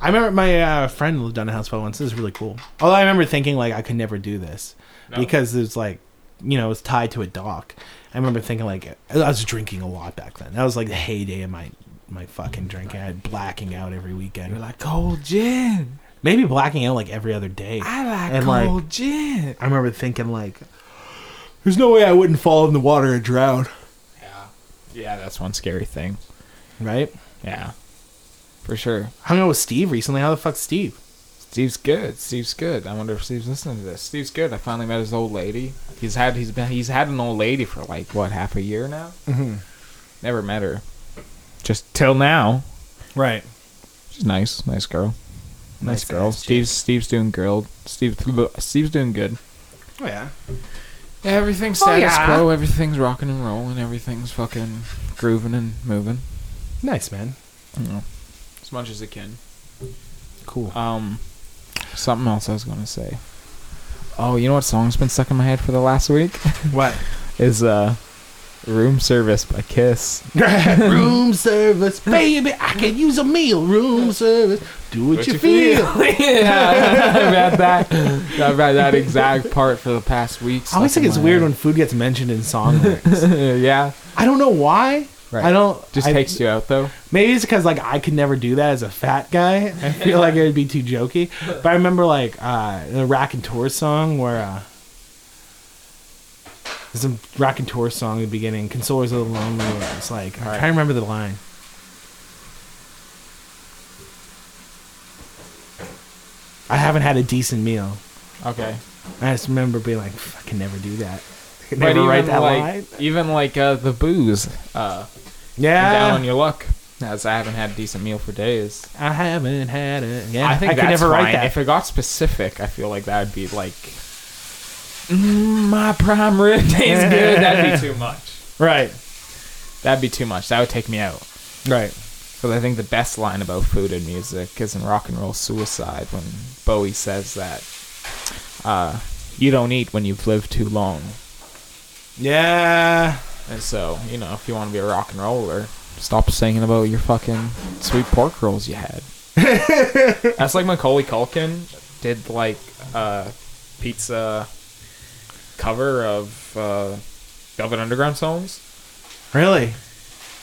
[SPEAKER 1] i remember my uh, friend lived on a houseboat once this is really cool although i remember thinking like i could never do this because it's like you know it's tied to a dock i remember thinking like i was drinking a lot back then that was like the heyday of my my fucking drinking i had blacking out every
[SPEAKER 5] You're
[SPEAKER 1] weekend
[SPEAKER 5] like cold gin.
[SPEAKER 1] maybe blacking out like every other day
[SPEAKER 5] I like
[SPEAKER 1] And, like-
[SPEAKER 5] cold gin.
[SPEAKER 1] i remember thinking like there's no way i wouldn't fall in the water and drown
[SPEAKER 5] Yeah, yeah, that's one scary thing.
[SPEAKER 1] right
[SPEAKER 5] Yeah, for sure.
[SPEAKER 1] hung out with steve recently how the fuck's steve
[SPEAKER 5] Steve's good. Steve's good. I wonder if Steve's listening to this. Steve's good. I finally met his old lady. He's had he's been he's had an old lady for like what half a year now. Mm-hmm. Never met her. Just till now.
[SPEAKER 1] right
[SPEAKER 5] She's nice, nice girl,
[SPEAKER 1] Nice
[SPEAKER 5] nice, girl.
[SPEAKER 1] ass chick.
[SPEAKER 5] Steve's Steve's doing girl. Steve Steve's doing good.
[SPEAKER 1] oh yeah
[SPEAKER 5] Everything's status quo. Everything's rocking and rolling. Everything's fucking grooving and moving.
[SPEAKER 1] Nice man.
[SPEAKER 5] Mm-hmm. As much as it can.
[SPEAKER 1] Cool.
[SPEAKER 5] Um, something else I was gonna say. Oh, you know what song's been stuck in my head for the last week
[SPEAKER 1] What?
[SPEAKER 5] is uh, "Room Service" by Kiss.
[SPEAKER 1] room service, baby. I can use a meal. Room service. Do what, you, feel.
[SPEAKER 5] yeah, I've had that. I've had that exact part for the past week.
[SPEAKER 1] I always think it's weird when food gets mentioned in song lyrics.
[SPEAKER 5] when. yeah,
[SPEAKER 1] I don't know why.
[SPEAKER 5] Right.
[SPEAKER 1] I don't.
[SPEAKER 5] just
[SPEAKER 1] I-
[SPEAKER 5] takes you out though.
[SPEAKER 1] Maybe it's because like I could never do that as a fat guy. I feel like it would be too jokey. But I remember like uh, the Rack and Tour song where uh, there's a Rack and Tour song at the beginning, "Consolers of the Lonely." where It's like I'm trying to remember the line. I haven't had a decent meal.
[SPEAKER 5] Okay.
[SPEAKER 1] I just remember being like, "Fuck, I can never do that. I can
[SPEAKER 5] But
[SPEAKER 1] never
[SPEAKER 5] even
[SPEAKER 1] write that
[SPEAKER 5] like,
[SPEAKER 1] line.
[SPEAKER 5] Even like uh, the booze, uh, down on
[SPEAKER 1] Yeah,
[SPEAKER 5] your luck. As I haven't had a decent meal for days.
[SPEAKER 1] I haven't had it. Yeah,
[SPEAKER 5] I think
[SPEAKER 1] could
[SPEAKER 5] that's
[SPEAKER 1] never
[SPEAKER 5] fine.
[SPEAKER 1] write that.
[SPEAKER 5] If it got specific, I feel like that would be like "Mm, my prime rib tastes good. That'd be too much.
[SPEAKER 1] right,
[SPEAKER 5] That'd be too much. That would take me out.
[SPEAKER 1] right.
[SPEAKER 5] Because I think the best line about food and music is in rock and roll suicide when Bowie says that uh, you don't eat when you've lived too long.
[SPEAKER 1] Yeah.
[SPEAKER 5] And so, you know, if you want to be a rock and roller, stop singing about your fucking sweet pork rolls you had. That's like Macaulay Culkin did like a pizza cover of uh, Velvet Underground songs.
[SPEAKER 1] Really?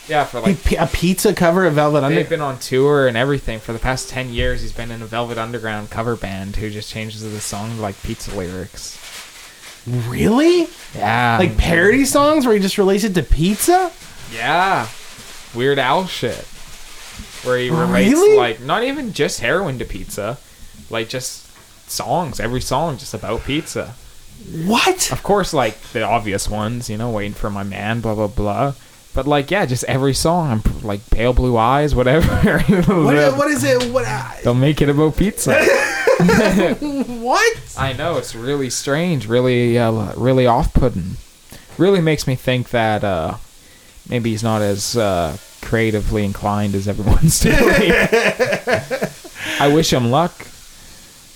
[SPEAKER 5] Yeah, for
[SPEAKER 1] Like,
[SPEAKER 5] like
[SPEAKER 1] a pizza cover of Velvet
[SPEAKER 5] they've
[SPEAKER 1] Underground.
[SPEAKER 5] been on tour and everything for the past ten years. He's been in a Velvet Underground cover band who just changes the song to like pizza lyrics.
[SPEAKER 1] Really?
[SPEAKER 5] Yeah,
[SPEAKER 1] Like parody songs where you just release it to pizza?
[SPEAKER 5] Yeah. Weird Al shit. Where he relates
[SPEAKER 1] Really?
[SPEAKER 5] like not even just heroin to pizza, like just songs, every song just about pizza.
[SPEAKER 1] What?
[SPEAKER 5] Of course, like the obvious ones, you know, waiting for my man, blah blah blah. But like, yeah, just every song, I'm like pale blue eyes, whatever.
[SPEAKER 1] What is, what is it? What?
[SPEAKER 6] uh,
[SPEAKER 1] I-
[SPEAKER 5] They'll make it about pizza.
[SPEAKER 1] What?
[SPEAKER 5] I know it's really strange, really, uh, really off-putting. Really makes me think that uh, maybe he's not as uh, creatively inclined as everyone's doing. I wish him luck.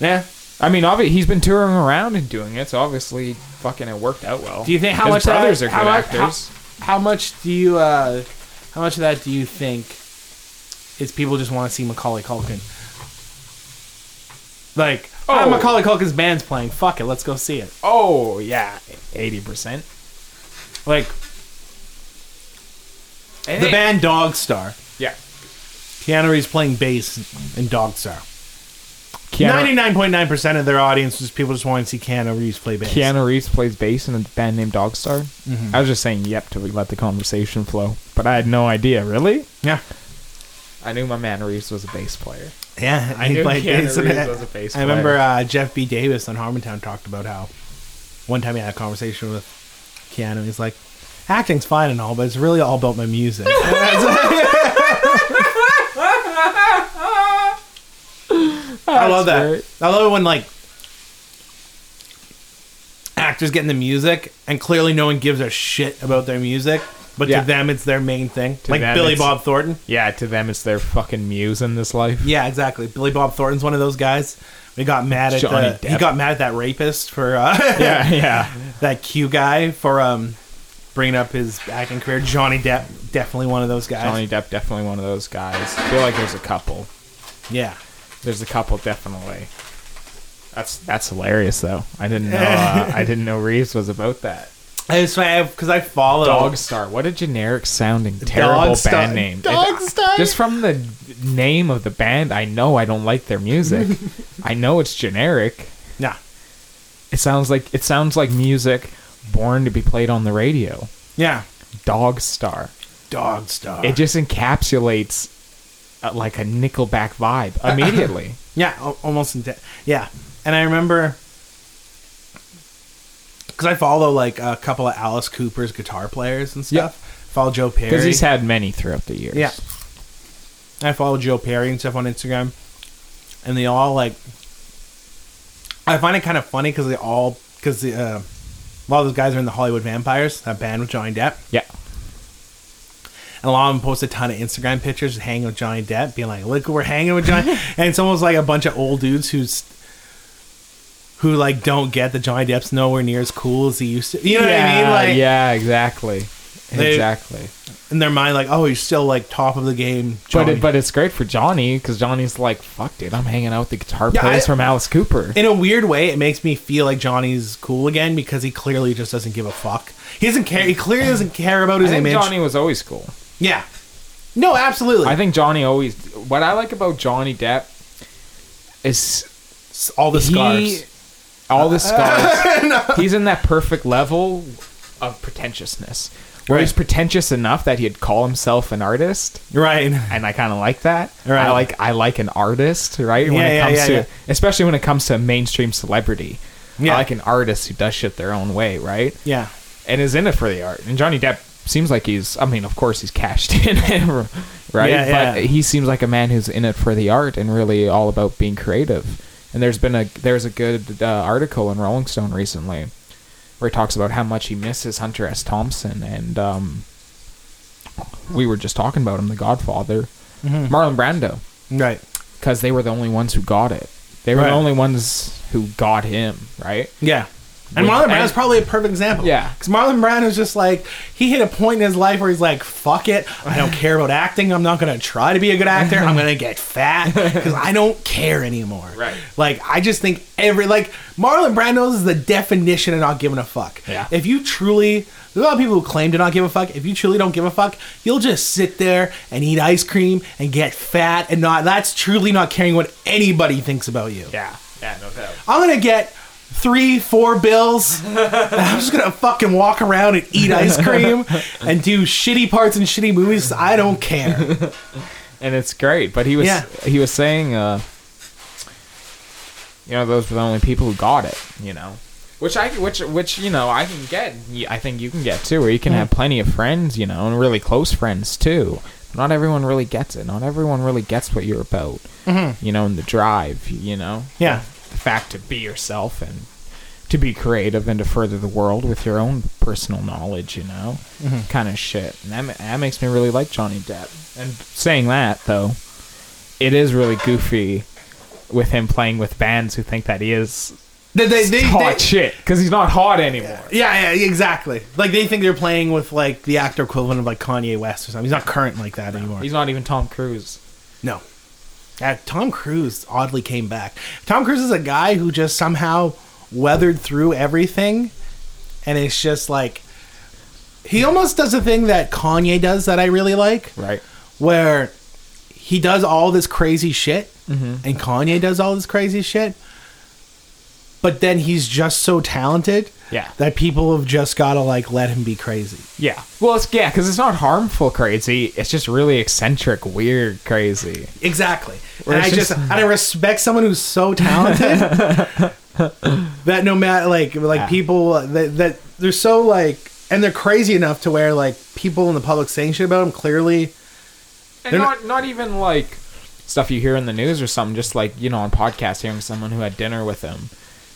[SPEAKER 5] Yeah, I mean, obvi- he's been touring around and doing it, so obviously, fucking, it worked out well.
[SPEAKER 6] Do you think how
[SPEAKER 5] His
[SPEAKER 6] much of
[SPEAKER 5] brothers
[SPEAKER 6] that,
[SPEAKER 5] are good
[SPEAKER 6] how, mu-
[SPEAKER 5] actors?
[SPEAKER 6] How, how much do you? Uh, how much of that do you think is people just want to see Macaulay Culkin? Like, oh,
[SPEAKER 5] Oh.
[SPEAKER 6] Macaulay Culkin's band's playing. Fuck it, let's go see it.
[SPEAKER 5] oh yeah, eighty percent.
[SPEAKER 6] Like the band Dog Star.
[SPEAKER 5] yeah.
[SPEAKER 6] Keanu Reeves playing bass in Dog Star.
[SPEAKER 5] Keanu,
[SPEAKER 6] Ninety-nine point nine percent of their audience is people just wanting to see Keanu Reeves play bass.
[SPEAKER 5] Keanu Reeves plays bass in a band named Dogstar.
[SPEAKER 6] Mm-hmm.
[SPEAKER 5] I was just saying yep to let the conversation flow, but I had no idea. Really?
[SPEAKER 6] Yeah,
[SPEAKER 5] I knew my man Reeves was a bass player.
[SPEAKER 1] Yeah,
[SPEAKER 5] I knew
[SPEAKER 1] played
[SPEAKER 5] Keanu
[SPEAKER 1] bass.
[SPEAKER 5] Reeves was a bass
[SPEAKER 1] I
[SPEAKER 5] player.
[SPEAKER 1] remember uh, Jeff B. Davis on Harmontown talked about how one time he had a conversation with Keanu. He's like, acting's fine and all, but it's really all about my music. I love that.
[SPEAKER 5] great.
[SPEAKER 1] I love it when like actors get into music and clearly no one gives a shit about their music, but
[SPEAKER 5] Yeah.
[SPEAKER 1] to them it's their main thing. like
[SPEAKER 5] them,
[SPEAKER 1] Billy
[SPEAKER 5] it's-
[SPEAKER 1] Bob Thornton.
[SPEAKER 5] Yeah, to them it's their fucking muse in this life.
[SPEAKER 1] Yeah, exactly. Billy Bob Thornton's one of those guys. We got mad at
[SPEAKER 5] Johnny
[SPEAKER 1] the, he
[SPEAKER 5] Depp.
[SPEAKER 1] got mad at that rapist for uh,
[SPEAKER 5] Yeah, yeah.
[SPEAKER 1] that Q guy for um bringing up his acting career. Johnny Depp, definitely one of those guys.
[SPEAKER 5] Johnny Depp definitely one of those guys. I feel like there's a couple.
[SPEAKER 1] Yeah,
[SPEAKER 5] There's a couple definitely. That's that's hilarious though. I didn't know uh, I didn't know Reeves was about that.
[SPEAKER 1] I just because I follow
[SPEAKER 5] Dog Star. What a generic sounding terrible
[SPEAKER 1] Dogstar.
[SPEAKER 5] band name. Dog Star. Just from the name of the band, I know I don't like their music. I know it's generic.
[SPEAKER 1] Yeah,
[SPEAKER 5] It sounds like it sounds like music born to be played on the radio.
[SPEAKER 1] yeah,
[SPEAKER 5] Dog Star.
[SPEAKER 1] Dog Star.
[SPEAKER 5] It just encapsulates uh, like a Nickelback vibe immediately.
[SPEAKER 1] Yeah, al- almost in debt. Yeah, and I remember because I follow like a couple of Alice Cooper's guitar players and stuff. Follow Joe Perry
[SPEAKER 5] Because he's had many throughout the years.
[SPEAKER 1] Yeah. I follow Joe Perry and stuff on Instagram, and they all like. I find it kind of funny because they all because the uh, a lot of those guys are in the Hollywood Vampires that band with Johnny Depp,
[SPEAKER 5] Yeah.
[SPEAKER 1] and a lot of them post a ton of Instagram pictures hanging with Johnny Depp, being like, "Look, we're hanging with Johnny," and it's almost like a bunch of old dudes who's who like don't get that Johnny Depp's nowhere near as cool as he used to. You know what
[SPEAKER 5] yeah,
[SPEAKER 1] I mean? Like
[SPEAKER 5] yeah, exactly.
[SPEAKER 1] They-
[SPEAKER 5] exactly.
[SPEAKER 1] in their mind, like, "Oh, he's still like top of the game."
[SPEAKER 5] But
[SPEAKER 1] Johnny.
[SPEAKER 5] it, but it's great for Johnny because Johnny's like, fuck, dude, I'm hanging out with the guitar
[SPEAKER 1] Yeah,
[SPEAKER 5] players
[SPEAKER 1] I-
[SPEAKER 5] from Alice Cooper.
[SPEAKER 1] in a weird way, it makes me feel like Johnny's cool again because he clearly just doesn't give a fuck. He doesn't care. He clearly doesn't care about
[SPEAKER 5] I
[SPEAKER 1] his
[SPEAKER 5] think
[SPEAKER 1] image.
[SPEAKER 5] Johnny was always cool.
[SPEAKER 1] yeah. No, absolutely.
[SPEAKER 5] I think Johnny always. What I like about Johnny Depp is
[SPEAKER 1] S- all the
[SPEAKER 5] he-
[SPEAKER 1] scars.
[SPEAKER 5] all the scars. He's in that perfect level of pretentiousness, where he's
[SPEAKER 1] Right.
[SPEAKER 5] pretentious enough that he'd call himself an artist.
[SPEAKER 1] Right.
[SPEAKER 5] and I kind of like that.
[SPEAKER 1] Right.
[SPEAKER 5] I like I like an artist, right? When
[SPEAKER 1] Yeah,
[SPEAKER 5] it
[SPEAKER 1] yeah,
[SPEAKER 5] comes
[SPEAKER 1] yeah,
[SPEAKER 5] to
[SPEAKER 1] yeah.
[SPEAKER 5] especially when it comes to mainstream celebrity.
[SPEAKER 1] Yeah.
[SPEAKER 5] I like an artist who does shit their own way, right?
[SPEAKER 1] Yeah.
[SPEAKER 5] And is in it for the art. And Johnny Depp seems like he's I mean, of course he's cashed in, right?
[SPEAKER 1] Yeah,
[SPEAKER 5] but
[SPEAKER 1] yeah.
[SPEAKER 5] he seems like a man who's in it for the art and really all about being creative. And there's been a there's a good uh, article in Rolling Stone recently where he talks about how much he misses Hunter S. Thompson and um we were just talking about him, The Godfather, Marlon Brando,
[SPEAKER 1] Right.
[SPEAKER 5] because they were the only ones who got it. They were
[SPEAKER 1] Right.
[SPEAKER 5] the only ones who got him, right?
[SPEAKER 1] Yeah. And
[SPEAKER 5] With-
[SPEAKER 1] Marlon Brando's
[SPEAKER 5] and-
[SPEAKER 1] probably a perfect example.
[SPEAKER 5] Yeah.
[SPEAKER 1] Because Marlon Brando's just like, he hit a point in his life where he's like, fuck it. I don't care about acting. I'm not going to try to be a good actor. I'm going to get fat because I don't care anymore.
[SPEAKER 5] Right.
[SPEAKER 1] Like, I just think every, like, Marlon Brando's is the definition of not giving a fuck.
[SPEAKER 5] Yeah.
[SPEAKER 1] If you truly, there's a lot of people who claim to not give a fuck. If you truly don't give a fuck, you'll just sit there and eat ice cream and get fat and not, that's truly not caring what anybody thinks about you.
[SPEAKER 5] Yeah, yeah, no doubt.
[SPEAKER 1] I'm gonna get three, four bills. and I'm just gonna fucking walk around and eat ice cream and do shitty parts in shitty movies. I don't care.
[SPEAKER 5] And it's great, but he was
[SPEAKER 1] Yeah.
[SPEAKER 5] he was saying, uh, you know, those were the only people who got it, you know, Which I which which you know I can get. y- I think you can get too, where you can have plenty of friends, you know, and really close friends too. Not everyone really gets it. Not everyone really gets what you're about. You know, and the drive. You know,
[SPEAKER 1] Yeah.
[SPEAKER 5] the fact to be yourself and to be creative and to further the world with your own personal knowledge, you know, kind of shit. And that, ma- that makes me really like Johnny Depp. And saying that though, it is really goofy with him playing with bands who think that he is
[SPEAKER 1] They, they, they,
[SPEAKER 5] hot
[SPEAKER 1] they-
[SPEAKER 5] shit because he's not hot anymore.
[SPEAKER 1] yeah, yeah, exactly. Like they think they're playing with like the actor equivalent of like Kanye West or something. He's not current like that anymore.
[SPEAKER 5] He's not even Tom Cruise.
[SPEAKER 1] No. Uh, Tom Cruise oddly came back. Tom Cruise is a guy who just somehow weathered through everything, and it's just like he almost does a thing that Kanye does that I really like,
[SPEAKER 5] Right.
[SPEAKER 1] where he does all this crazy shit, and Kanye does all this crazy shit, but then he's just so talented
[SPEAKER 5] Yeah.
[SPEAKER 1] that people have just gotta like let him be crazy.
[SPEAKER 5] Yeah. Well, it's yeah, because it's not harmful crazy. It's just really eccentric, weird crazy.
[SPEAKER 1] Exactly.
[SPEAKER 5] Or
[SPEAKER 1] and I
[SPEAKER 5] it's
[SPEAKER 1] just
[SPEAKER 5] just-
[SPEAKER 1] and I respect someone who's so talented that no matter like like
[SPEAKER 5] Yeah.
[SPEAKER 1] people that that they're so like and they're crazy enough to where like people in the public saying shit about them clearly
[SPEAKER 5] And
[SPEAKER 1] They're
[SPEAKER 5] not not even like stuff you hear in the news or something. Just like you know on podcast, hearing someone who had dinner with him.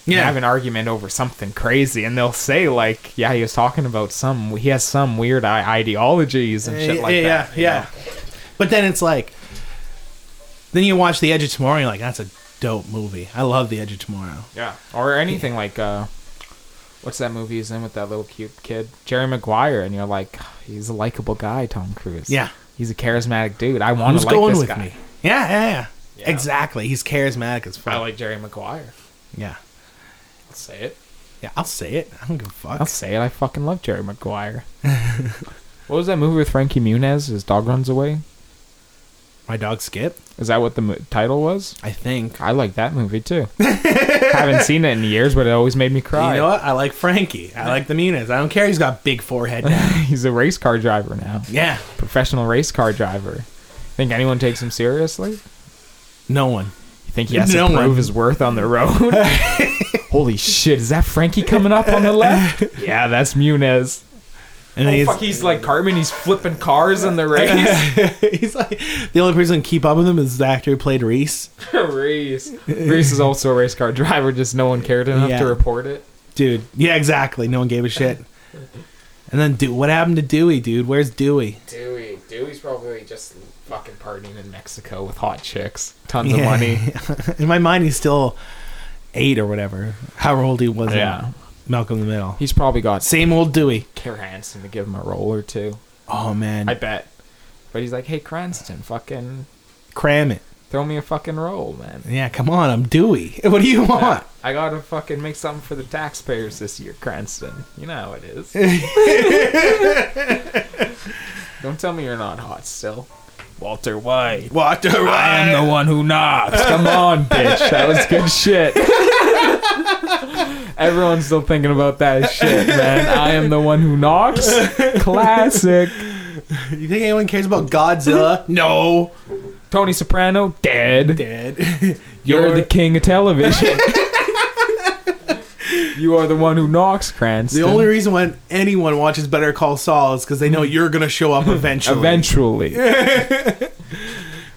[SPEAKER 5] and
[SPEAKER 1] Yeah.
[SPEAKER 5] have an argument over something crazy, and they'll say like, "Yeah, he was talking about some. He has some weird i- ideologies and shit like
[SPEAKER 1] Uh, yeah,
[SPEAKER 5] that." you
[SPEAKER 1] yeah. But then it's like then you watch The Edge of Tomorrow and you're like that's a dope movie. I love The Edge of Tomorrow.
[SPEAKER 5] know? yeah. Or anything like, uh, what's that movie he's in with that little cute kid, Jerry Maguire? And you're like, he's a likable guy, Tom Cruise.
[SPEAKER 1] Yeah.
[SPEAKER 5] he's a charismatic dude. I want
[SPEAKER 1] Who's
[SPEAKER 5] to like
[SPEAKER 1] going
[SPEAKER 5] this
[SPEAKER 1] with
[SPEAKER 5] guy.
[SPEAKER 1] me? Yeah, yeah, yeah,
[SPEAKER 5] Yeah.
[SPEAKER 1] Exactly. He's charismatic as fuck.
[SPEAKER 5] I like Jerry Maguire.
[SPEAKER 1] yeah.
[SPEAKER 5] I'll say it.
[SPEAKER 1] Yeah, I'll say it. I don't give a fuck.
[SPEAKER 5] I'll say it. I fucking love Jerry Maguire. what was that movie with Frankie Muniz? His dog runs away.
[SPEAKER 1] My dog Skip,
[SPEAKER 5] Is that what the mo- title was?
[SPEAKER 1] I think.
[SPEAKER 5] I like that movie too. Haven't seen it in years, but it always made me cry.
[SPEAKER 1] You know what? I like Frankie. I like the Muniz. I don't care. He's got big forehead. Now.
[SPEAKER 5] He's a race car driver now,
[SPEAKER 1] yeah.
[SPEAKER 5] professional race car driver. Think anyone takes him seriously? You
[SPEAKER 1] No one.
[SPEAKER 5] think he has
[SPEAKER 1] No
[SPEAKER 5] to prove
[SPEAKER 1] one.
[SPEAKER 5] his worth on the road? Holy shit! Is that Frankie coming up on the left? yeah, that's Muniz.
[SPEAKER 1] And
[SPEAKER 5] Oh,
[SPEAKER 1] he's,
[SPEAKER 5] fuck, he's like Carmen. He's flipping cars in the race.
[SPEAKER 1] he's like the only person who can keep up with him is the actor who played Reese.
[SPEAKER 5] Reese. Reese is also a race car driver, just no one cared enough
[SPEAKER 1] Yeah.
[SPEAKER 5] to report it.
[SPEAKER 1] Dude. Yeah, exactly. No one gave a shit. And then, dude, what happened to Dewey, dude? Where's Dewey?
[SPEAKER 5] Dewey. Dewey's probably just fucking partying in Mexico with hot chicks. Tons
[SPEAKER 1] Yeah.
[SPEAKER 5] of money.
[SPEAKER 1] In my mind, he's still eight or whatever. How old he was? in
[SPEAKER 5] Yeah.
[SPEAKER 1] Malcolm in the Middle.
[SPEAKER 5] He's probably got
[SPEAKER 1] Same old Dewey.
[SPEAKER 5] Care Hansen to give him a roll or two.
[SPEAKER 1] Oh man,
[SPEAKER 5] I bet. But he's like, hey, Cranston, fucking
[SPEAKER 1] cram it.
[SPEAKER 5] throw me a fucking roll, man.
[SPEAKER 1] Yeah, come on, I'm Dewey. What do you want?
[SPEAKER 5] I gotta fucking make something for the taxpayers this year, Cranston. You know how it is. Don't tell me you're not hot still. Walter White.
[SPEAKER 1] Walter
[SPEAKER 5] I am the one who knocks. Come on, bitch. That was good shit. Everyone's still thinking about that shit, man. I am the one who knocks. Classic.
[SPEAKER 1] You think anyone cares about Godzilla? no.
[SPEAKER 5] Tony Soprano, dead.
[SPEAKER 1] Dead.
[SPEAKER 5] You're, the king of television. you are the one who knocks, Cranston.
[SPEAKER 1] The only reason why anyone watches Better Call Saul is because they know
[SPEAKER 5] Mm.
[SPEAKER 1] you're gonna show up eventually.
[SPEAKER 5] Eventually.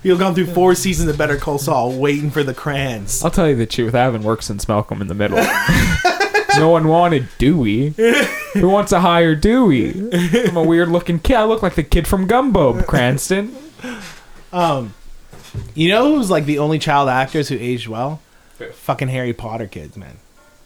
[SPEAKER 1] You've gone through four seasons of Better Call Saul waiting for the crayons.
[SPEAKER 5] I'll tell you the truth. I haven't worked since Malcolm in the Middle. no one wanted Dewey. Who wants to hire Dewey? I'm a weird looking kid. I look like the kid from Gumbo, Cranston.
[SPEAKER 1] You know who's like the only child actors who aged well? Fucking Harry Potter kids, man.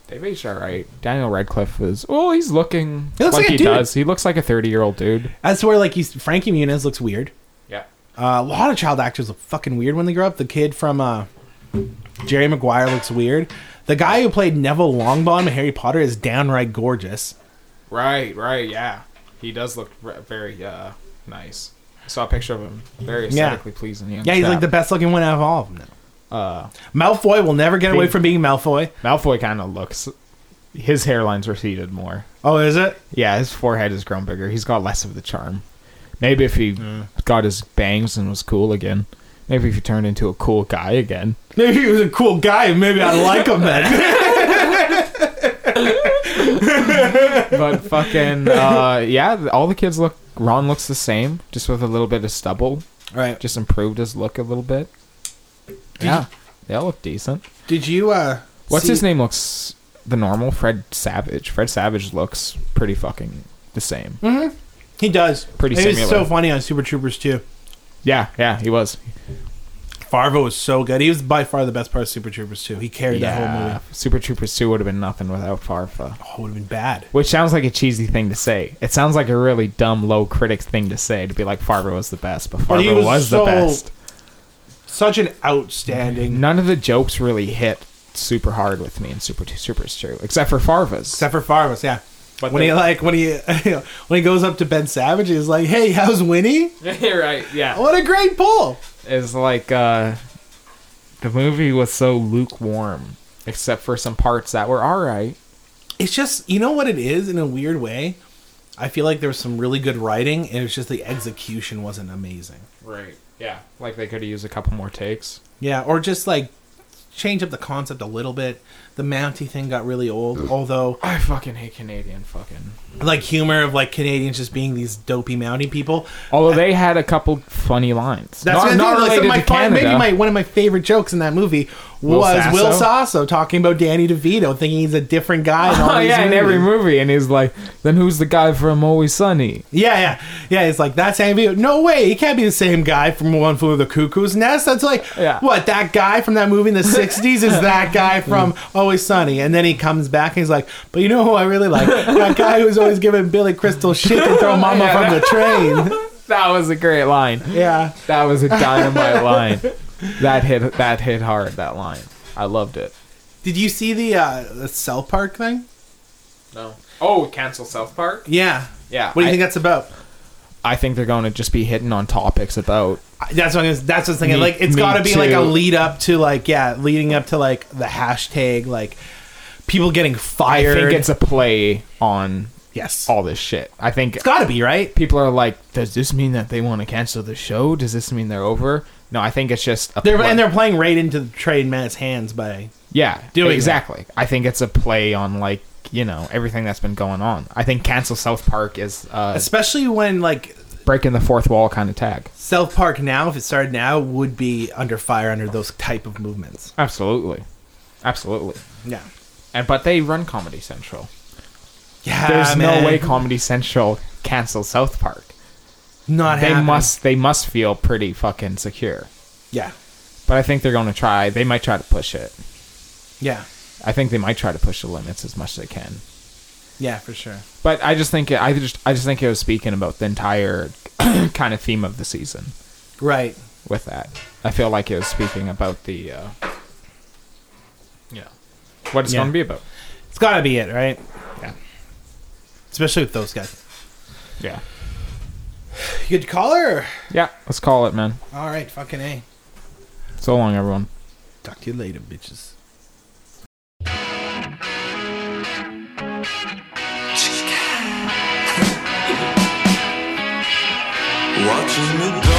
[SPEAKER 5] They've aged all right. Daniel Radcliffe is. Oh, he's looking
[SPEAKER 1] He looks
[SPEAKER 5] like,
[SPEAKER 1] like a
[SPEAKER 5] he
[SPEAKER 1] dude.
[SPEAKER 5] does. He looks like a 30 year old dude.
[SPEAKER 1] That's where like he's Frankie Muniz looks weird.
[SPEAKER 5] Yeah.
[SPEAKER 1] Uh, a lot of child actors look fucking weird when they grow up. The kid from uh, Jerry Maguire looks weird. The guy who played Neville Longbottom in Harry Potter is downright gorgeous.
[SPEAKER 5] Right, right, yeah. He does look re- very uh, nice. I saw a picture of him. Very
[SPEAKER 1] Yeah.
[SPEAKER 5] aesthetically pleasing. young
[SPEAKER 1] Yeah, he's like the
[SPEAKER 5] chap.
[SPEAKER 1] best looking one out of all of them. Now.
[SPEAKER 5] Uh,
[SPEAKER 1] Malfoy will never get away
[SPEAKER 5] Big-
[SPEAKER 1] from being Malfoy.
[SPEAKER 5] Malfoy kind of looks. His hairline's receded more.
[SPEAKER 1] Oh, is it?
[SPEAKER 5] Yeah, his forehead has grown bigger. He's got less of the charm. Maybe if he got his bangs and was cool again. Maybe if he turned into a cool guy again.
[SPEAKER 1] Maybe he was a cool guy. and Maybe I like him then.
[SPEAKER 5] but fucking uh, yeah, th- all the kids look. Ron looks the same, just with a little bit of stubble.
[SPEAKER 1] Right.
[SPEAKER 5] Just improved his look a little bit. yeah, they all look decent.
[SPEAKER 1] Did you uh
[SPEAKER 5] What's
[SPEAKER 1] see-
[SPEAKER 5] his name? Looks the normal Fred Savage. Fred Savage looks pretty fucking the same.
[SPEAKER 1] Mm-hmm. He does.
[SPEAKER 5] Pretty
[SPEAKER 1] He was
[SPEAKER 5] similar.
[SPEAKER 1] so funny on Super Troopers too.
[SPEAKER 5] Yeah, yeah, he was.
[SPEAKER 1] Farvo was so good. He was by far the best part of Super Troopers too. He carried that whole
[SPEAKER 5] Yeah,
[SPEAKER 1] movie.
[SPEAKER 5] Super Troopers Two would have been nothing without Farfa.
[SPEAKER 1] Oh, it would have been bad.
[SPEAKER 5] Which sounds like a cheesy thing to say. It sounds like a really dumb, low critic thing to say to be like Fargo was the best, but
[SPEAKER 1] Well, he
[SPEAKER 5] Fargo was,
[SPEAKER 1] was
[SPEAKER 5] the
[SPEAKER 1] so-
[SPEAKER 5] best.
[SPEAKER 1] Such an outstanding
[SPEAKER 5] None of the jokes really hit super hard with me in Super Super True, except for Farva's.
[SPEAKER 1] except for Farvo's, yeah.
[SPEAKER 5] But
[SPEAKER 1] when
[SPEAKER 5] the-
[SPEAKER 1] he like when he when he goes up to Ben Savage, he's like, "Hey, how's Winnie?
[SPEAKER 5] right? Yeah,
[SPEAKER 1] What a great pull!"
[SPEAKER 5] it's like uh, the movie was so lukewarm, except for some parts that were all right.
[SPEAKER 1] It's just you know what it is in a weird way. I feel like there was some really good writing, and it's just the execution wasn't amazing.
[SPEAKER 5] Right. Yeah, like they could have used a couple more takes.
[SPEAKER 1] Yeah, or just like change up the concept a little bit. The Mountie thing got really old, although
[SPEAKER 5] I fucking hate Canadian fucking.
[SPEAKER 1] like humor of like Canadians just being these dopey Mountie people.
[SPEAKER 5] Although they had a couple funny lines.
[SPEAKER 1] That's
[SPEAKER 5] not,
[SPEAKER 1] not, like,
[SPEAKER 5] not related
[SPEAKER 1] some of my
[SPEAKER 5] to
[SPEAKER 1] fi-
[SPEAKER 5] Canada.
[SPEAKER 1] maybe my one of my favorite jokes in that movie
[SPEAKER 5] Will
[SPEAKER 1] was
[SPEAKER 5] Sasso?
[SPEAKER 1] Will Sasso talking about Danny DeVito, thinking he's a different guy. In all
[SPEAKER 5] Oh
[SPEAKER 1] these
[SPEAKER 5] yeah, in every
[SPEAKER 1] movies.
[SPEAKER 5] movie, and he's like, "Then who's the guy from Always Sunny?"
[SPEAKER 1] Yeah, yeah, yeah. It's like that's ambiguous. No way, he can't be the same guy from One Flew of the Cuckoo's Nest. That's like,
[SPEAKER 5] Yeah.
[SPEAKER 1] what that guy from that movie in the '60s is that guy from Always Sunny, and then he comes back and he's like, but you know who I really like? that guy who's always giving Billy Crystal shit to throw Mama
[SPEAKER 5] Yeah,
[SPEAKER 1] from the train.
[SPEAKER 5] That was a great line.
[SPEAKER 1] Yeah,
[SPEAKER 5] That was a dynamite line. That hit. That hit hard. That line. I loved it.
[SPEAKER 1] did you see the uh, the Cell Park thing?
[SPEAKER 5] No. Oh, cancel South Park.
[SPEAKER 1] Yeah.
[SPEAKER 5] Yeah.
[SPEAKER 1] What do you
[SPEAKER 5] I,
[SPEAKER 1] think that's about?
[SPEAKER 5] I think they're going to just be hitting on topics about.
[SPEAKER 1] That's what I was, that's what I was thinking.
[SPEAKER 5] Me-
[SPEAKER 1] like it's
[SPEAKER 5] me
[SPEAKER 1] got to be like
[SPEAKER 5] too.
[SPEAKER 1] a lead up to like yeah, leading up to like the hashtag like people getting
[SPEAKER 5] I
[SPEAKER 1] fired.
[SPEAKER 5] think it's a play on
[SPEAKER 1] yes,
[SPEAKER 5] all this shit. I think
[SPEAKER 1] it's got to be right.
[SPEAKER 5] people are like, "Does this mean that they want to cancel the show? Does this mean they're over?" No, I think it's just a
[SPEAKER 1] They're
[SPEAKER 5] play.
[SPEAKER 1] and they're playing right into the trade man's hands by
[SPEAKER 5] Yeah,
[SPEAKER 1] doing that.
[SPEAKER 5] exactly. I think it's a play on like you know everything that's been going on. I think cancel South Park is uh,
[SPEAKER 1] especially when like
[SPEAKER 5] breaking the fourth wall kind of tag.
[SPEAKER 1] South Park now if it started now would be under fire under those type of movements.
[SPEAKER 5] Absolutely, absolutely.
[SPEAKER 1] Yeah.
[SPEAKER 5] And but they run Comedy Central.
[SPEAKER 1] Yeah,
[SPEAKER 5] Ah, There's
[SPEAKER 1] man.
[SPEAKER 5] no way Comedy Central cancels South Park.
[SPEAKER 1] Not
[SPEAKER 5] They
[SPEAKER 1] happening.
[SPEAKER 5] must. They must feel pretty fucking secure.
[SPEAKER 1] Yeah,
[SPEAKER 5] But I think they're going to try. They might try to push it.
[SPEAKER 1] yeah,
[SPEAKER 5] I think they might try to push the limits as much as they can.
[SPEAKER 1] yeah, for sure.
[SPEAKER 5] But I just think it, I just I just think it was speaking about the entire kind of theme of the season.
[SPEAKER 1] Right.
[SPEAKER 5] with that. I feel like it was speaking about the, uh, yeah, what it's
[SPEAKER 1] Yeah.
[SPEAKER 5] going to be about.
[SPEAKER 1] It's got to be it, right?
[SPEAKER 5] Yeah.
[SPEAKER 1] Especially with those guys.
[SPEAKER 5] Yeah.
[SPEAKER 1] Good caller.
[SPEAKER 5] Yeah. Let's call it, man.
[SPEAKER 1] All right, fucking A.
[SPEAKER 5] So long, everyone.
[SPEAKER 1] Talk to you later, bitches.
[SPEAKER 3] Watching the